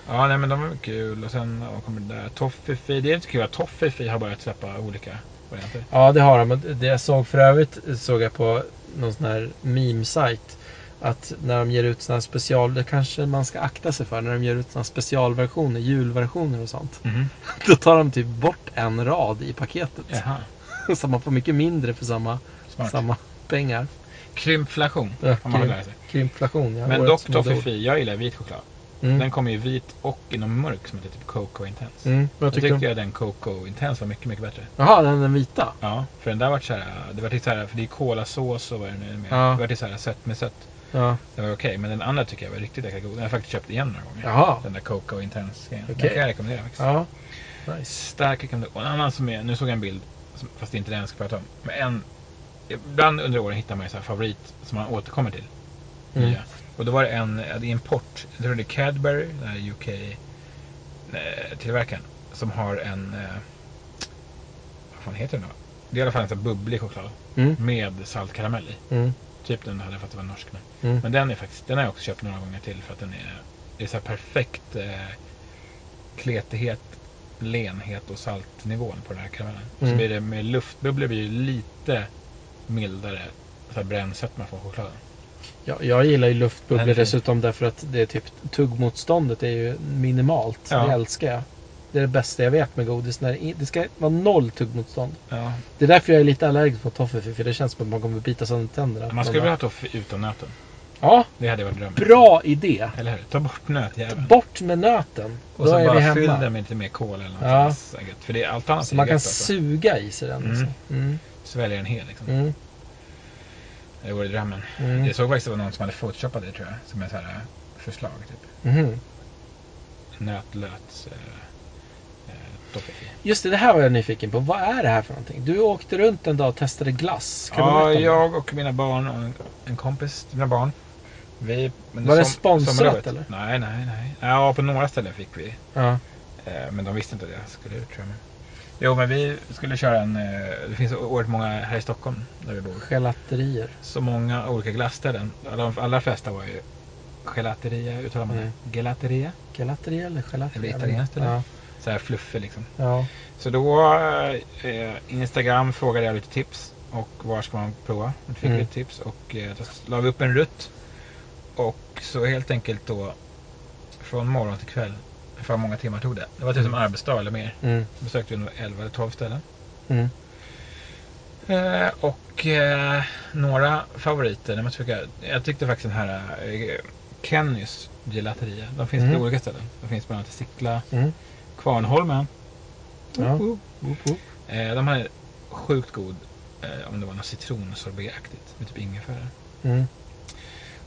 Bara, ja, nej men de var kul. Och sen ja, kommer det där Toffifee. Det är lite kul att Toffifee har börjat släppa olika varianter.
Ja, det har de. Men Det jag såg för övrigt såg jag på någon sån här meme-sajt. Att när de ger ut såna här special... Det kanske man ska akta sig för. När de ger ut såna här specialversioner, julversioner och sånt.
Mhm.
Då tar de typ bort en rad i paketet.
Jaha,
Så man får mycket mindre för samma,
smart.
samma pengar.
Krympflation
Ja,
har man väl
krymp-
lärt sig.
Krympflation, ja.
Men
årets
dock
modeord.
Toffifee, jag gillar vit choklad. Den
Mm.
kommer i vit och i någon mörk som heter typ Coco Intense.
Mm.
Jag
Vad
tyckte,
tyckte du?
jag den Coco Intense var mycket, mycket bättre.
Jaha, den, den vita?
Ja, för den där vart såhär, det var till såhär, för det är kolasås och vad det nu är med.
Ja.
Det var till såhär sött med sött.
Ja.
Det var okej, men den andra tycker jag var riktigt jäkla god. Den har jag faktiskt köpt igen några gånger.
Jaha.
Den där Coco Intense grejen. Den
Okej.
kan jag rekommendera faktiskt.
Ja. Nice.
Stark rekommendation. Och En annan som är, nu såg jag en bild, som- fast det är inte den jag ska prata om. Men en, ibland under åren hittar man ju så här favorit som man återkommer till.
Mm.
nya. Och då var det en, eh, det är import, jag tror det är Cadbury, den här UK-tillverkaren, som har en, eh, vad fan heter den då? Det är i alla fall en sån här bubblig choklad
Mm.
med saltkaramell i.
Mm.
Typ den hade för att det var norsk. Men,
Mm.
men den, är faktiskt, den har jag också köpt några gånger till för att den är, det är så här perfekt eh, kletighet, lenhet och saltnivån på den här karamellen.
Mm.
Så blir det med luftbubblor blir det lite mildare så här bränslet man får på chokladen.
Ja, jag gillar ju luftbubblor
Den är fin.
dessutom därför att det är typ tuggmotståndet är ju minimalt.
Ja.
Det älskar jag. Det är det bästa jag vet med godis. När det i- det ska vara noll tuggmotstånd.
Ja,
Det är därför jag är lite allergisk mot toffee för det känns som att man kommer bita sönder tänderna.
Man skulle vilja ha toffee utan nöten.
Ja,
Det hade varit drömmen.
bra idé.
Eller hur? Ta bort nötjäveln.
Bort med nöten.
Och
Då
så
är vi
bara fyll
hemma.
den med lite mer kol eller något
Ja.
sånt där gött. För det är allt annat
Så
är
man
gött
kan
alltså.
suga i sig den. Liksom. Mm.
Svälja den hel liksom.
Mm.
Det vore drömmen.
Mm.
Jag såg faktiskt att det var någon som hade photoshopat det tror jag. Som ett så här eh, förslag. Typ.
Mhm.
Nötlöts... Eh, eh, toffee.
Just det, det här var jag nyfiken på. Vad är det här för någonting? Du åkte runt en dag och testade glass. Kan
Ja,
du berätta om det?
jag och mina barn och en, en kompis till mina barn. Vi, under
Var det
som-
sponsrat,
sommarlovet-
eller?
Nej, nej, nej. Ja, på några ställen fick vi.
Ja.
Eh, Men de visste inte att jag skulle ut tror jag. men- Jo men vi skulle köra en, eh, det finns oerhört många här i Stockholm där vi bor.
Gelaterier.
Så många olika glasställen. De allra flesta var ju gelateria, uttalar man det?
Mm.
Gelateria.
Gelateria eller gelateria?
Eller italienskt, eller?
Ja.
Så här fluffig liksom.
ja.
Så då eh, Instagram frågade jag lite tips och var ska man prova. Jag fick
Mm.
lite tips och eh, då la vi upp en rutt. Och så helt enkelt då från morgon till kväll, för hur många timmar tog det? Det var typ som arbetsdag eller mer.
Mm.
Besökte vi nog 11 eller 12 ställen.
Mm.
Eh, och eh, några favoriter. när man tycker- Jag tyckte faktiskt den här eh, Kennys gelateria. De finns
Mm.
på olika ställen. De finns bland annat i Sickla,
Mm.
Kvarnholmen.
Ja.
Woop, woop.
Woop, woop.
Eh, de här är sjukt god. Eh, om det var något citronsorbetaktigt med typ ingefära.
Mm.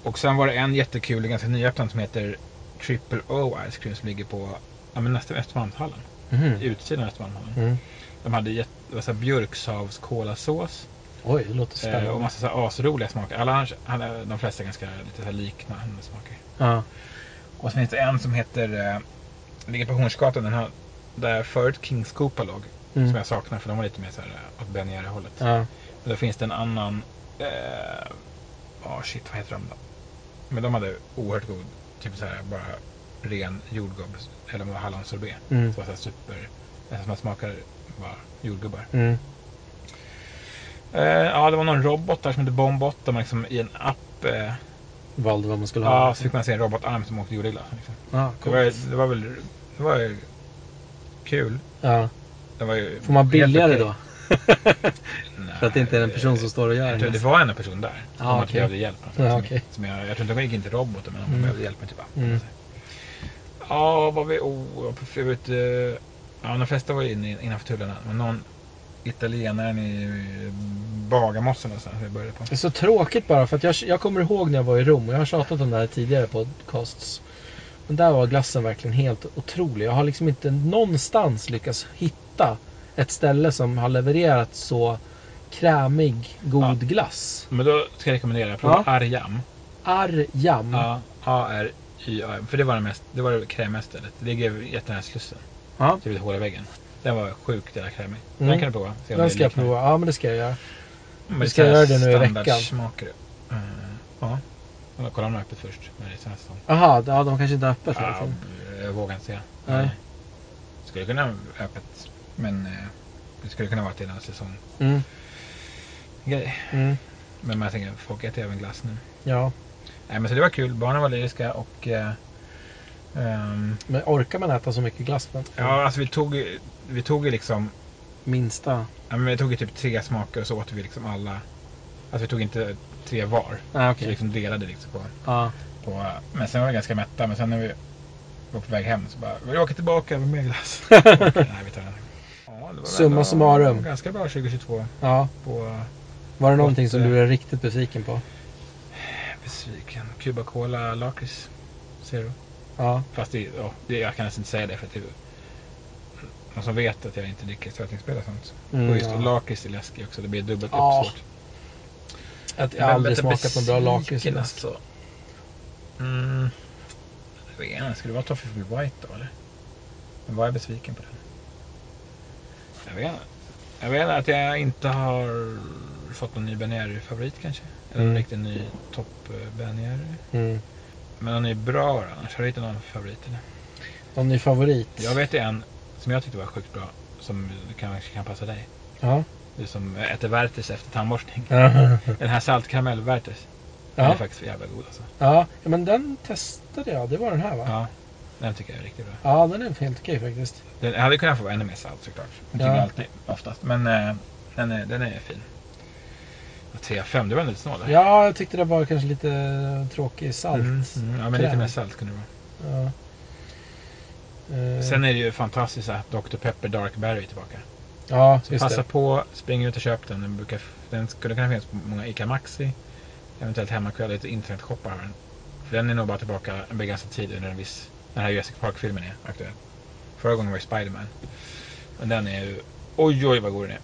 Och sen var det en jättekul, ganska nyöppnad som heter Triple O Ice Cream som ligger på ja, men nästan Östermalmshallen.
Mhm.
Utsidan av Östermalmshallen.
Mm.
De hade jätte, det var så här björksaves-kolasås.
Oj, det låter
Eh,
spännande.
och massa så här asroliga smaker. Alla, hans- alla, de flesta är ganska lite så här liknande smaker.
Ja.
Och så finns det en som heter, eh, ligger på Hornsgatan, den här, där förut Kings Koopa låg.
Mm.
Som jag saknar för de var lite mer så här eh, åt Ben hållet
ja.
Och då finns det en annan, ja eh, ah, shit vad heter de då? Men de hade oerhört god, typ så här bara ren jordgubbs, eller vad, hallonsorbet.
Mm.
Det var så här super, alltså man smakar bara jordgubbar.
Mm.
Eh, ja, det var någon robot där som hette Bombot. Där man liksom i en app eh,
Valde vad man skulle ha.
ja, så fick man se en robotarm som åkte jordgubbar. Liksom.
Ja,
Det,
coolt.
var, det var väl det var ju kul.
ja.
Det var ju
Får man
helt
billigare
okej.
då? För att det inte är en person som står och gör
Jag tror det
det.
var en person där som
Ah,
ah,
okej.
behövde hjälp. Alltså,
Ja,
som,
okej.
som jag, jag tror inte de gick in till roboten, men de
Mm.
behövde hjälp med typ appen.
Mm.
Ja, vad vi... Oh, förut, eh, ja, de flesta var ju inne innanför tullarna. Men någon italienaren i Bagarmossen någonstans vi började på.
Det är så tråkigt bara för att jag, jag kommer ihåg när jag var i Rom och jag har tjatat om det här i tidigare podcasts. Men där var glassen verkligen helt otrolig. Jag har liksom inte någonstans lyckats hitta ett ställe som har levererat så krämig, god
Ja.
glass.
Men då ska jag rekommendera, prova
Ja. Mm.
Arjam.
Arjam.
Ja, A-R-Y-A-M. För det var det, mest, det, var det krämigaste stället. Det ligger jättenära Slussen.
Ja.
Typ ett hål i väggen. Den var sjukt jävla krämig.
Mm.
Den kan du prova. se om
Den
det
ska jag
liknar.
prova. Ja, men det ska jag göra.
Men
Vi
det
ska
är
göra
sån här
det nu i veckan.
standardsmaker. Eh, ja. Jag kollar om det är öppet först. Men det känns som...
Aha, ja, de kanske inte har öppet hela
Ja,
tiden.
jag vågar inte säga.
Nej.
Skulle kunna vara öppet. Men eh, det skulle kunna vara till en säsong.
Mm, mm,
Men jag tänker, folk äter även glass nu.
ja,
Nej, men så det var kul. Barnen var lyriska och... Eh, ehm,
men orkar man äta så mycket glass? på en-
ja, alltså vi tog, ju- vi tog ju liksom...
Minsta?
Ja, men vi tog ju typ tre smaker och så åt vi liksom alla. Alltså vi tog inte tre var.
Ah,
Så vi
okej.
liksom delade liksom på...
Ja.
på men sen var vi ganska mätta. Men sen när vi var på väg hem så bara, vill du åka tillbaka med mer glass? Okej, Nej, vi tar den. Ja, det var väl
Summa
ändå
summarum.
Ganska bra 2022
ja.
på
Var det någonting som
Gott,
du
eh.
är riktigt besviken på?
besviken. Cuba Cola Lakrits Zero.
Ja.
Fast det, ja, det, jag kan nästan inte säga det för att det, någon som vet att jag inte dricker sötningsspel och sånt. och just
Mm, ja.
lakrits är läskig också. Det blir dubbelt upp
Ja.
svårt.
Att jag har aldrig smakat någon bra lakrits.
Besviken Alltså. Mm. Jag vet inte, Skulle det vara Toffee Free White då eller? Men vad är jag besviken på den? Jag vet inte. Jag vet inte att jag inte har fått någon ny Bernier-favorit kanske. Eller någon
Mm.
riktigt ny topp-Bernier.
Mm.
Men någon är bra var det annars. Har du hittat någon favorit? Eller?
Någon ny favorit?
Jag vet ju en som jag tyckte var sjukt bra. Som kanske kan passa dig.
Ja.
Du som äter Werthers efter tandborstning.
Ja.
Den här saltkaramell-Werthers. Den är
ja.
faktiskt för jävla god alltså.
ja. Men den testade jag. Det var den här va?
Ja, den tycker jag är riktigt bra.
Ja, den är helt okej faktiskt.
Den jag hade kunnat få vara ännu mer salt såklart. Den tycker
Ja.
jag alltid, oftast. Men eh, den, är, den är fin. Och 3 av 5, det var en lite snål där.
Ja, jag tyckte det var kanske lite tråkig salt.
Mm, mm, ja, men lite
Kräm.
mer salt kunde det vara.
Ja. Eh,
Sen är det ju fantastiskt att Dr. Pepper Dark Berry är tillbaka.
ja,
Så
just
passa
det.
på, spring ut och köp den. Den, brukar, f- den skulle kunna finnas på många ICA Maxi. Eventuellt hemmakväll, lite internetshoppar har den. För den är nog bara tillbaka en begränsad tid under en viss... Den här Jurassic Park-filmen är aktuell. Förra gången var ju Spiderman. Men den är ju... Oj, oj vad god den är.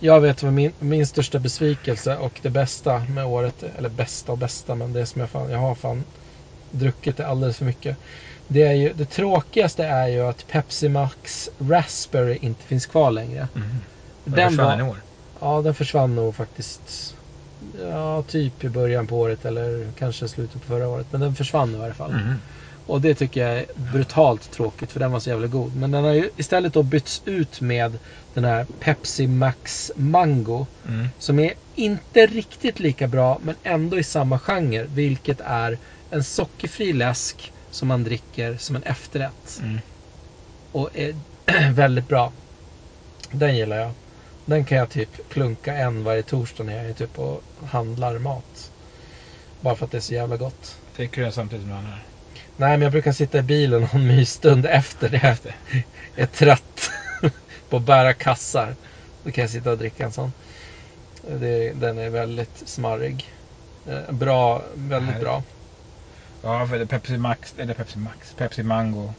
Jag vet vad min, min största besvikelse och det bästa med året, eller bästa och bästa, men det som jag fan, jag har fan druckit det alldeles för mycket. Det, är ju, det tråkigaste är ju att Pepsi Max Raspberry inte finns kvar längre.
Mhm. Den
Den,
försvann
var,
den i år.
ja, den försvann nog faktiskt ja, typ i början på året eller kanske slutet på förra året. Men den försvann i varje fall.
Mhm.
Och det tycker jag är brutalt tråkigt för den var så jävla god. Men den har ju istället då bytts ut med den här Pepsi Max Mango.
Mm.
som är inte riktigt lika bra men ändå i samma genre. Vilket är en sockerfri läsk som man dricker som en efterrätt.
Mm.
Och är väldigt bra. Den gillar jag. Den kan jag typ klunka en varje torsdag när jag är typ och handlar mat. Bara för att det är så jävla gott.
Dricker du den samtidigt med andra?
Nej men jag brukar sitta i bilen någon mysstund efter det. Efter. Jag är trött på att bära kassar. Då kan jag sitta och dricka en sån. Det, den är väldigt smarrig. Eh, Bra, väldigt
Härligt.
bra.
Ja, för det är Pepsi Max, eller Pepsi Max, Pepsi Mango.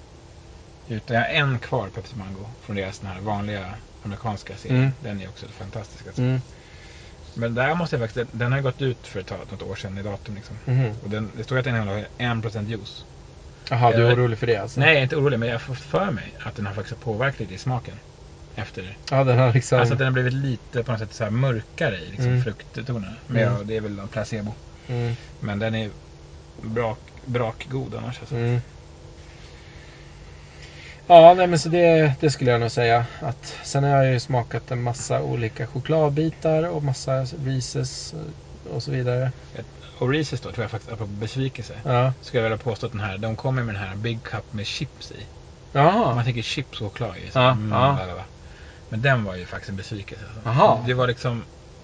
Utan jag har en kvar Pepsi Mango från deras den här vanliga amerikanska serien.
Mm.
Den är också fantastisk. Alltså.
Mm.
Men där måste jag faktiskt, den har ju gått ut för ett tag, något år sedan i datum liksom.
Mhm.
Och den, det står ju att den innehåller 1% juice.
Jaha, du är
Eh,
orolig för det alltså?
Nej, jag är inte orolig, men jag har fått för mig att den har faktiskt påverkat lite i smaken. Efter.
Ja, den har liksom...
Alltså att den har blivit lite på något sätt så här mörkare i liksom,
Mm.
frukttonerna. Men
Mm.
ja, det är väl en placebo.
mm,
Men den är brak, brakgod annars. Alltså.
mm. Ja, nej, men så det, det skulle jag nog säga. Att, sen har jag ju smakat en massa olika chokladbitar och massa Reeses och så vidare.
Och Reese's då tror jag faktiskt, apropå besvikelse,
Ja.
skulle jag vilja påstå att den här, de kommer med den här Big Cup med chips i.
Jaha.
Om man tänker chips och choklad i. så-
Ja,
mm,
ja.
blablabla. Men den var ju faktiskt en besvikelse. alltså.
Aha.
Det var liksom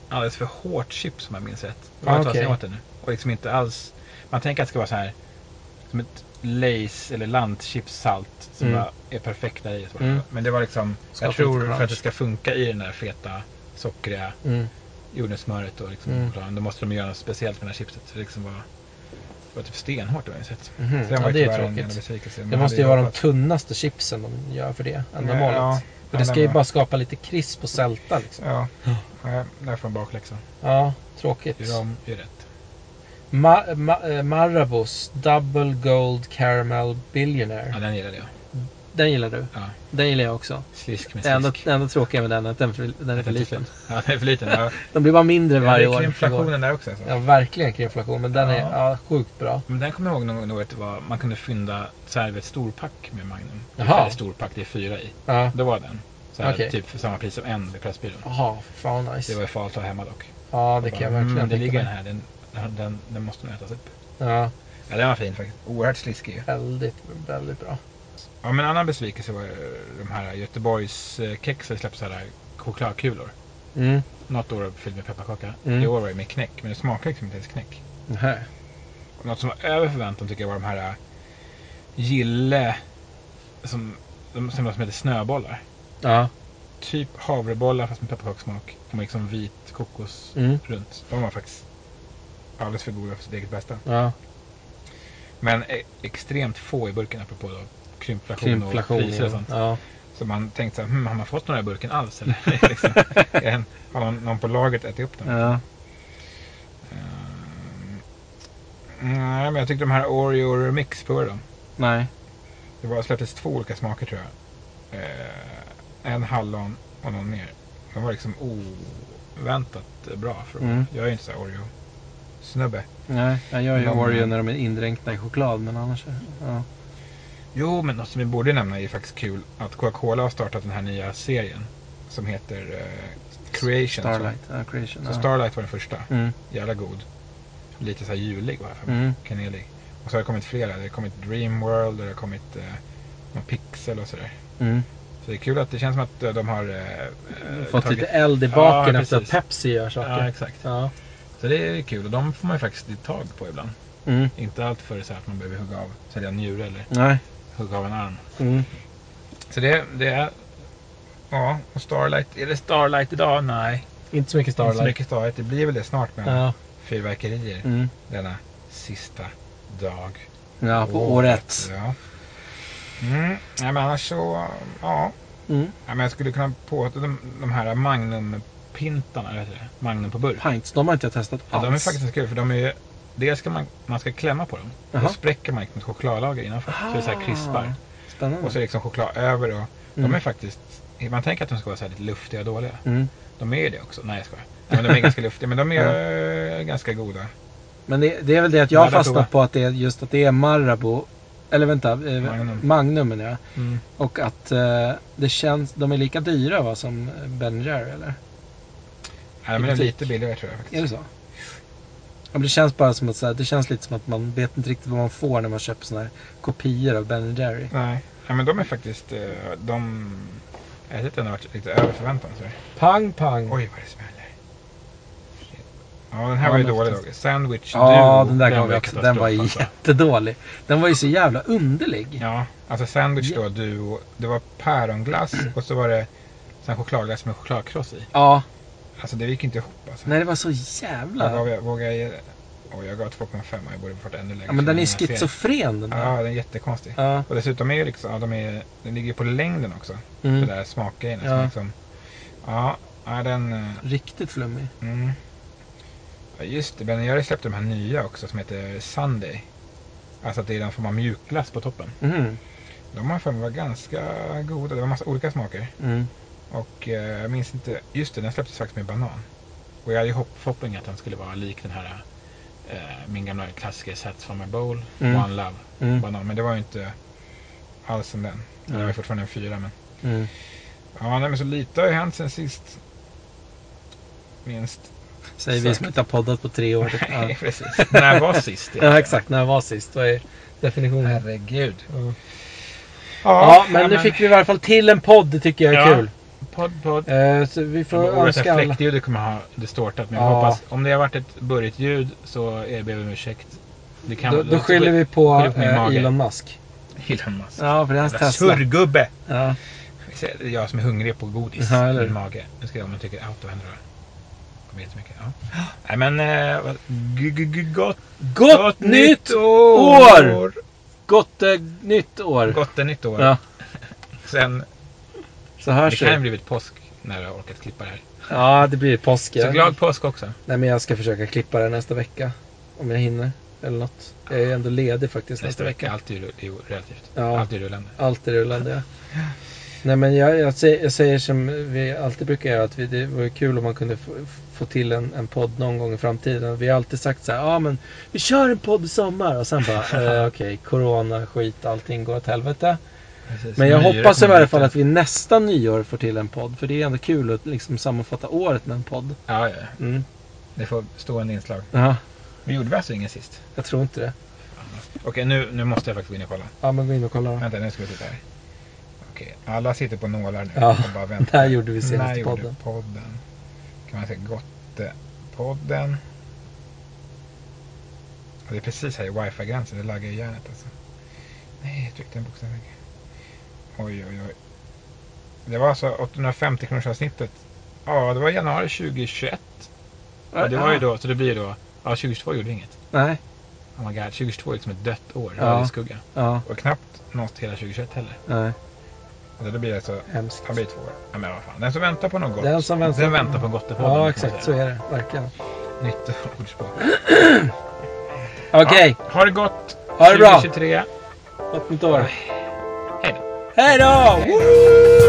alldeles för hårt chips som jag minns rätt. Det
Ah,
var ett tag sedan
okej.
jag åt det nu. Och liksom inte alls... Man tänker att det ska vara så här som ett Lays eller lantchipssalt som
Mm.
bara är perfekt där i. så var det.
Mm.
Men det var liksom...
Skapar
jag tror
lite crunch.
för att det ska funka i den där feta, sockriga
Mm.
jordnötssmöret och liksom
Mm.
chokladen, då måste de göra något speciellt med det här chipset. Så det liksom var, det var typ stenhårt det var sett.
Mhm.
Så den
Ja,
var
det är
tyvärr en- en
tråkigt.
besvikelse.
Det
Man
måste
hade
ju vara de
hoppats-
tunnaste chipsen de gör för det ändamålet.
Ja,
För det
ja,
ska ju
men-
bara skapa lite krisp och sälta. Liksom.
Ja, nej, där får man bakläxa.
Ja, tråkigt.
Gör om, gör rätt.
Ma- ma- eh, Marabous Double Gold Caramel Billionaire.
Ja, den gillade jag.
Den gillar du?
Ja.
Den gillar jag också.
Slisk med
Det enda,
slisk.
det enda tråkiga med den är att den, för, den är för liten.
Ja, den är för liten. Ja.
De blir bara mindre
Ja, det
varje
är
år.
krimflationen där också. Alltså.
Ja, verkligen krimflation. Men den är
Ja.
ja, sjukt bra.
Men den kommer jag ihåg någon gång att var, man kunde fynda så här, ett storpack med Magnum.
Jaha.
Eller storpack, det är fyra i.
Ja.
Då var den. Så här,
Okej.
Typ för samma pris som en vid Pressbyrån.
Jaha, fan vad
Det
nice.
var ju farligt att ha hemma dock.
Ja, det kan jag verkligen
mm, Det
tänka
ligger den
mig.
här, den, den, den, den måste nog ätas upp.
Ja,
Ja, den var fin faktiskt. Oerhört sliskig ju.
väldigt, väldigt bra.
Ja, men en annan besvikelse var eh, de här Göteborgs eh, kexen släppte så här chokladkulor.
Mm.
Något år var det fyllt med pepparkaka.
Mm.
I år var det med knäck, men det smakade liksom inte ens knäck.
Nähä.
Och något som var över förväntan tycker jag var de här eh, Gille, som, de, som, de som heter snöbollar.
Ja.
Typ havrebollar fast med pepparkakssmak. Och med liksom vit kokos
Mm.
runt. De var faktiskt alldeles för goda för sitt eget bästa.
Ja.
Men e- extremt få i burken apropå då krympflation,
Krimflation.
och priser och
Ja.
sånt.
Ja.
Så man tänkte så här, hmm, har man fått några i burken alls? Eller? liksom, är den- har någon, någon på lagret ätit upp dem?
ja.
Ehm, Nej, men jag tyckte de här Oreo Remix på då.
Nej.
Det var, släpptes två olika smaker tror jag. Eh, en hallon och någon mer. De var liksom oväntat bra. För
Mm.
Jag är ju inte så här Oreo-snubbe.
Nej. Jag gör ju
De-
Oreo när de är indränkta i choklad, men annars... är- Ja.
Jo, men något som vi borde nämna är faktiskt kul att Coca-Cola har startat den här nya serien som heter eh, Creation. så.
Starlight. Ja, creation.
Så
ja.
Starlight var den första.
Mm.
Jävla god. Lite så här julig var jag för mig.
Mm.
Kanelig. Och så har det kommit flera. Det har kommit Dreamworld och det har kommit eh, någon Pixel och sådär.
Mm.
Så det är kul att det känns som att eh, de har eh, eh,
Fått
tagit-
lite eld i
Ja,
baken efter att
precis.
Pepsi gör saker.
Ja, exakt.
Ja.
Så det är kul och de får man ju faktiskt lite tag på ibland.
Mm.
Inte allt för så här att man behöver hugga av, sälja en njure eller
Nej.
hugga av en arm.
Mm.
Så det, det är... Ja, och Starlight. Är det Starlight idag? Nej.
Inte så
Starlight. Inte så
mycket Starlight.
mycket Starlight. Det blir väl det snart med alla
Ja.
fyrverkerier
Mm.
denna sista dag.
ja, på året.
Ja. Mm. Nej, men annars så... Ja.
Mm.
Nej, men jag skulle kunna påstå de, de här Magnum-pintarna, eller vad heter det? Magnum på burk.
Pints, de har inte jag testat
Ja,
alls.
de är faktiskt ganska kul för de är ju... Dels ska man, man ska klämma på dem.
Jaha.
Då spräcker man liksom ett chokladlager innanför. Så det är så här krispar.
Spännande.
Och så är det liksom choklad över. Och
Mm.
De är faktiskt... Man tänker att de ska vara så här lite luftiga och dåliga.
Mm.
De är ju det också. Nej, jag skojar. Nej, men de är ganska luftiga, men de är eh, ganska goda.
Men det, det är väl det att jag har
Ja, där tog
fastnat
jag.
på att det är just att det är Marabou. Eller vänta, eh,
Magnum.
Magnum menar jag.
Mm.
Och att eh, det känns, de är lika dyra va, som Ben Jerry eller?
Nej, men de är
butik.
lite billigare tror jag
Är det
faktiskt.
så? Ja, men det känns bara som att så här, det känns lite som att man vet inte riktigt vad man får när man köper såna här kopior av Ben Jerry.
Nej. Nej, men de är faktiskt... eh, De... Jag tyckte den har varit lite över förväntan. Så.
Mm. Pang pang!
Oj, vad det smäller. Shit. Ja, den här var ju
Ja, men
dålig.
faktiskt.
då. Sandwich
Ja,
Duo.
den där gav
ju
jag också. Den var
katastrof, alltså.
jättedålig. Den var ju så jävla underlig.
Ja, alltså sandwich då, duo. Det var päronglass och så var det sån här chokladglass med chokladkross i.
Ja,
Alltså det gick inte ihop alltså.
nej det var så
Jag gav,
jävla...
jag, vågar jag ge... Åh, jag gav 2,5 jag borde fått ännu lägre.
Ja, men den är
här serien.
schizofren den där.
Ja, den är jättekonstig.
Ja.
Och dessutom är ju liksom, ja, de är, den ligger på längden också.
Mm.
Det där smakgrejen.
Ja.
Ja. Liksom, ja, ja, den... eh,
Riktigt flummig.
Mm. Ja, just det, Ben Jerry släppte de här nya också som heter Sunday. Alltså att det är den form av mjukglass på toppen.
Mm.
De har för mig var ganska goda. Det var massa olika smaker.
Mm.
Och eh, jag minns inte, just det, den släpptes faktiskt med banan. Och jag hade ju hopp- förhoppning att den skulle vara lik den här eh, min gamla klassiker Sats from my bowl,
Mm.
One Love,
Mm.
banan. Men det var ju inte alls som den. Den var ju fortfarande en fyra. Men...
Mm.
Ja, nej, men så lite har ju hänt sen sist. Minst.
Säger vi som inte har poddat på tre år. Ja,
Nej, precis. När var sist?
ja exakt. När jag var sist? Vad är definitionen?
Herregud.
Ja, men nu fick vi i alla fall till en podd. Det tycker jag är
Ja.
kul.
Podd, podd.
Eh, så vi får
Årets
önska alla...
fläktljudet kommer ha distortat. Men
Ja.
jag hoppas, om det har varit ett burrigt ljud så eh, ber vi om ursäkt. Det kan,
Då, då skyller vi på
skyller på min
eh,
mage.
Elon Musk.
Elon Musk.
Ja, för det är hans
Jävla
Tesla.
Surrgubbe!
Ja.
Det är Jag som är hungrig på godis
Ja, eller?
i min mage. Nu ska jag se om jag tycker autohänder kommer jättemycket. Ja. Nej men, eh, vad- g- g- g- gott,
Gott, nytt år! Gott eh, nytt år!
Gott eh, nytt år.
Ja,
Sen,
så hörs
det kan ju
vi.
bli ett påsk när jag har orkat klippa det här.
Ja, det blir påsk.
Så
ja.
glad påsk också.
Nej, men jag ska försöka klippa det nästa vecka. Om jag hinner. Eller något. Jag är ju ändå ledig faktiskt
Nästa vecka, allt är ju det är ju relativt.
Ja.
Allt är rullande.
Allt är rullande. ja. Nej men jag, jag, säger, jag säger som vi alltid brukar göra att vi, det vore kul om man kunde få, få till en, en podd någon gång i framtiden. Vi har alltid sagt så här, ja men vi kör en podd i sommar och sen bara, eh, okej, corona, skit, allting går åt helvete.
Precis.
Men jag
Myra
hoppas i
kommer
varje
hit.
fall att vi nästa nyår får till en podd för det är ändå kul att liksom sammanfatta året med en podd.
Ja, ja.
Mm.
Det får stående inslag.
Ja,
Vi gjorde väl alltså ingen sist?
jag tror inte det.
Okej, nu, nu måste jag faktiskt gå in och kolla.
Ja men gå in och kolla då.
Vänta, nu ska vi titta här. Okej, alla sitter på nålar nu.
Ja,
och bara väntar.
Där gjorde vi
När
senaste
gjorde
podden.
podden? Kan man säga Gottepodden? Ja, det är precis här i wifi-gränsen. Det laggar i hjärnet alltså. Nej, jag tryckte en bokstav. Oj, oj, oj. Det var alltså 850 kronors avsnittet. Ja, det var i januari 2021. Och det var ju då, så det blir då, ja 2022 gjorde vi inget.
Nej,
Oh my god, 2022 är liksom ett dött år.
Ja.
Ja. i skugga.
ja,
Och knappt nått hela 2021 heller.
nej,
Så det blir alltså,
hemskt.
det blir två år. Ja, men vad fan. Den som väntar på något gott,
Den som väntar
den
på-
väntar på Gottepodden.
Ja exakt, så är det verkligen.
Nytt ordspråk.
Okej,
Ja, ha det gott!
ha det bra.
2023.
Gott nytt år.
Hej då.
Hej då! Woo!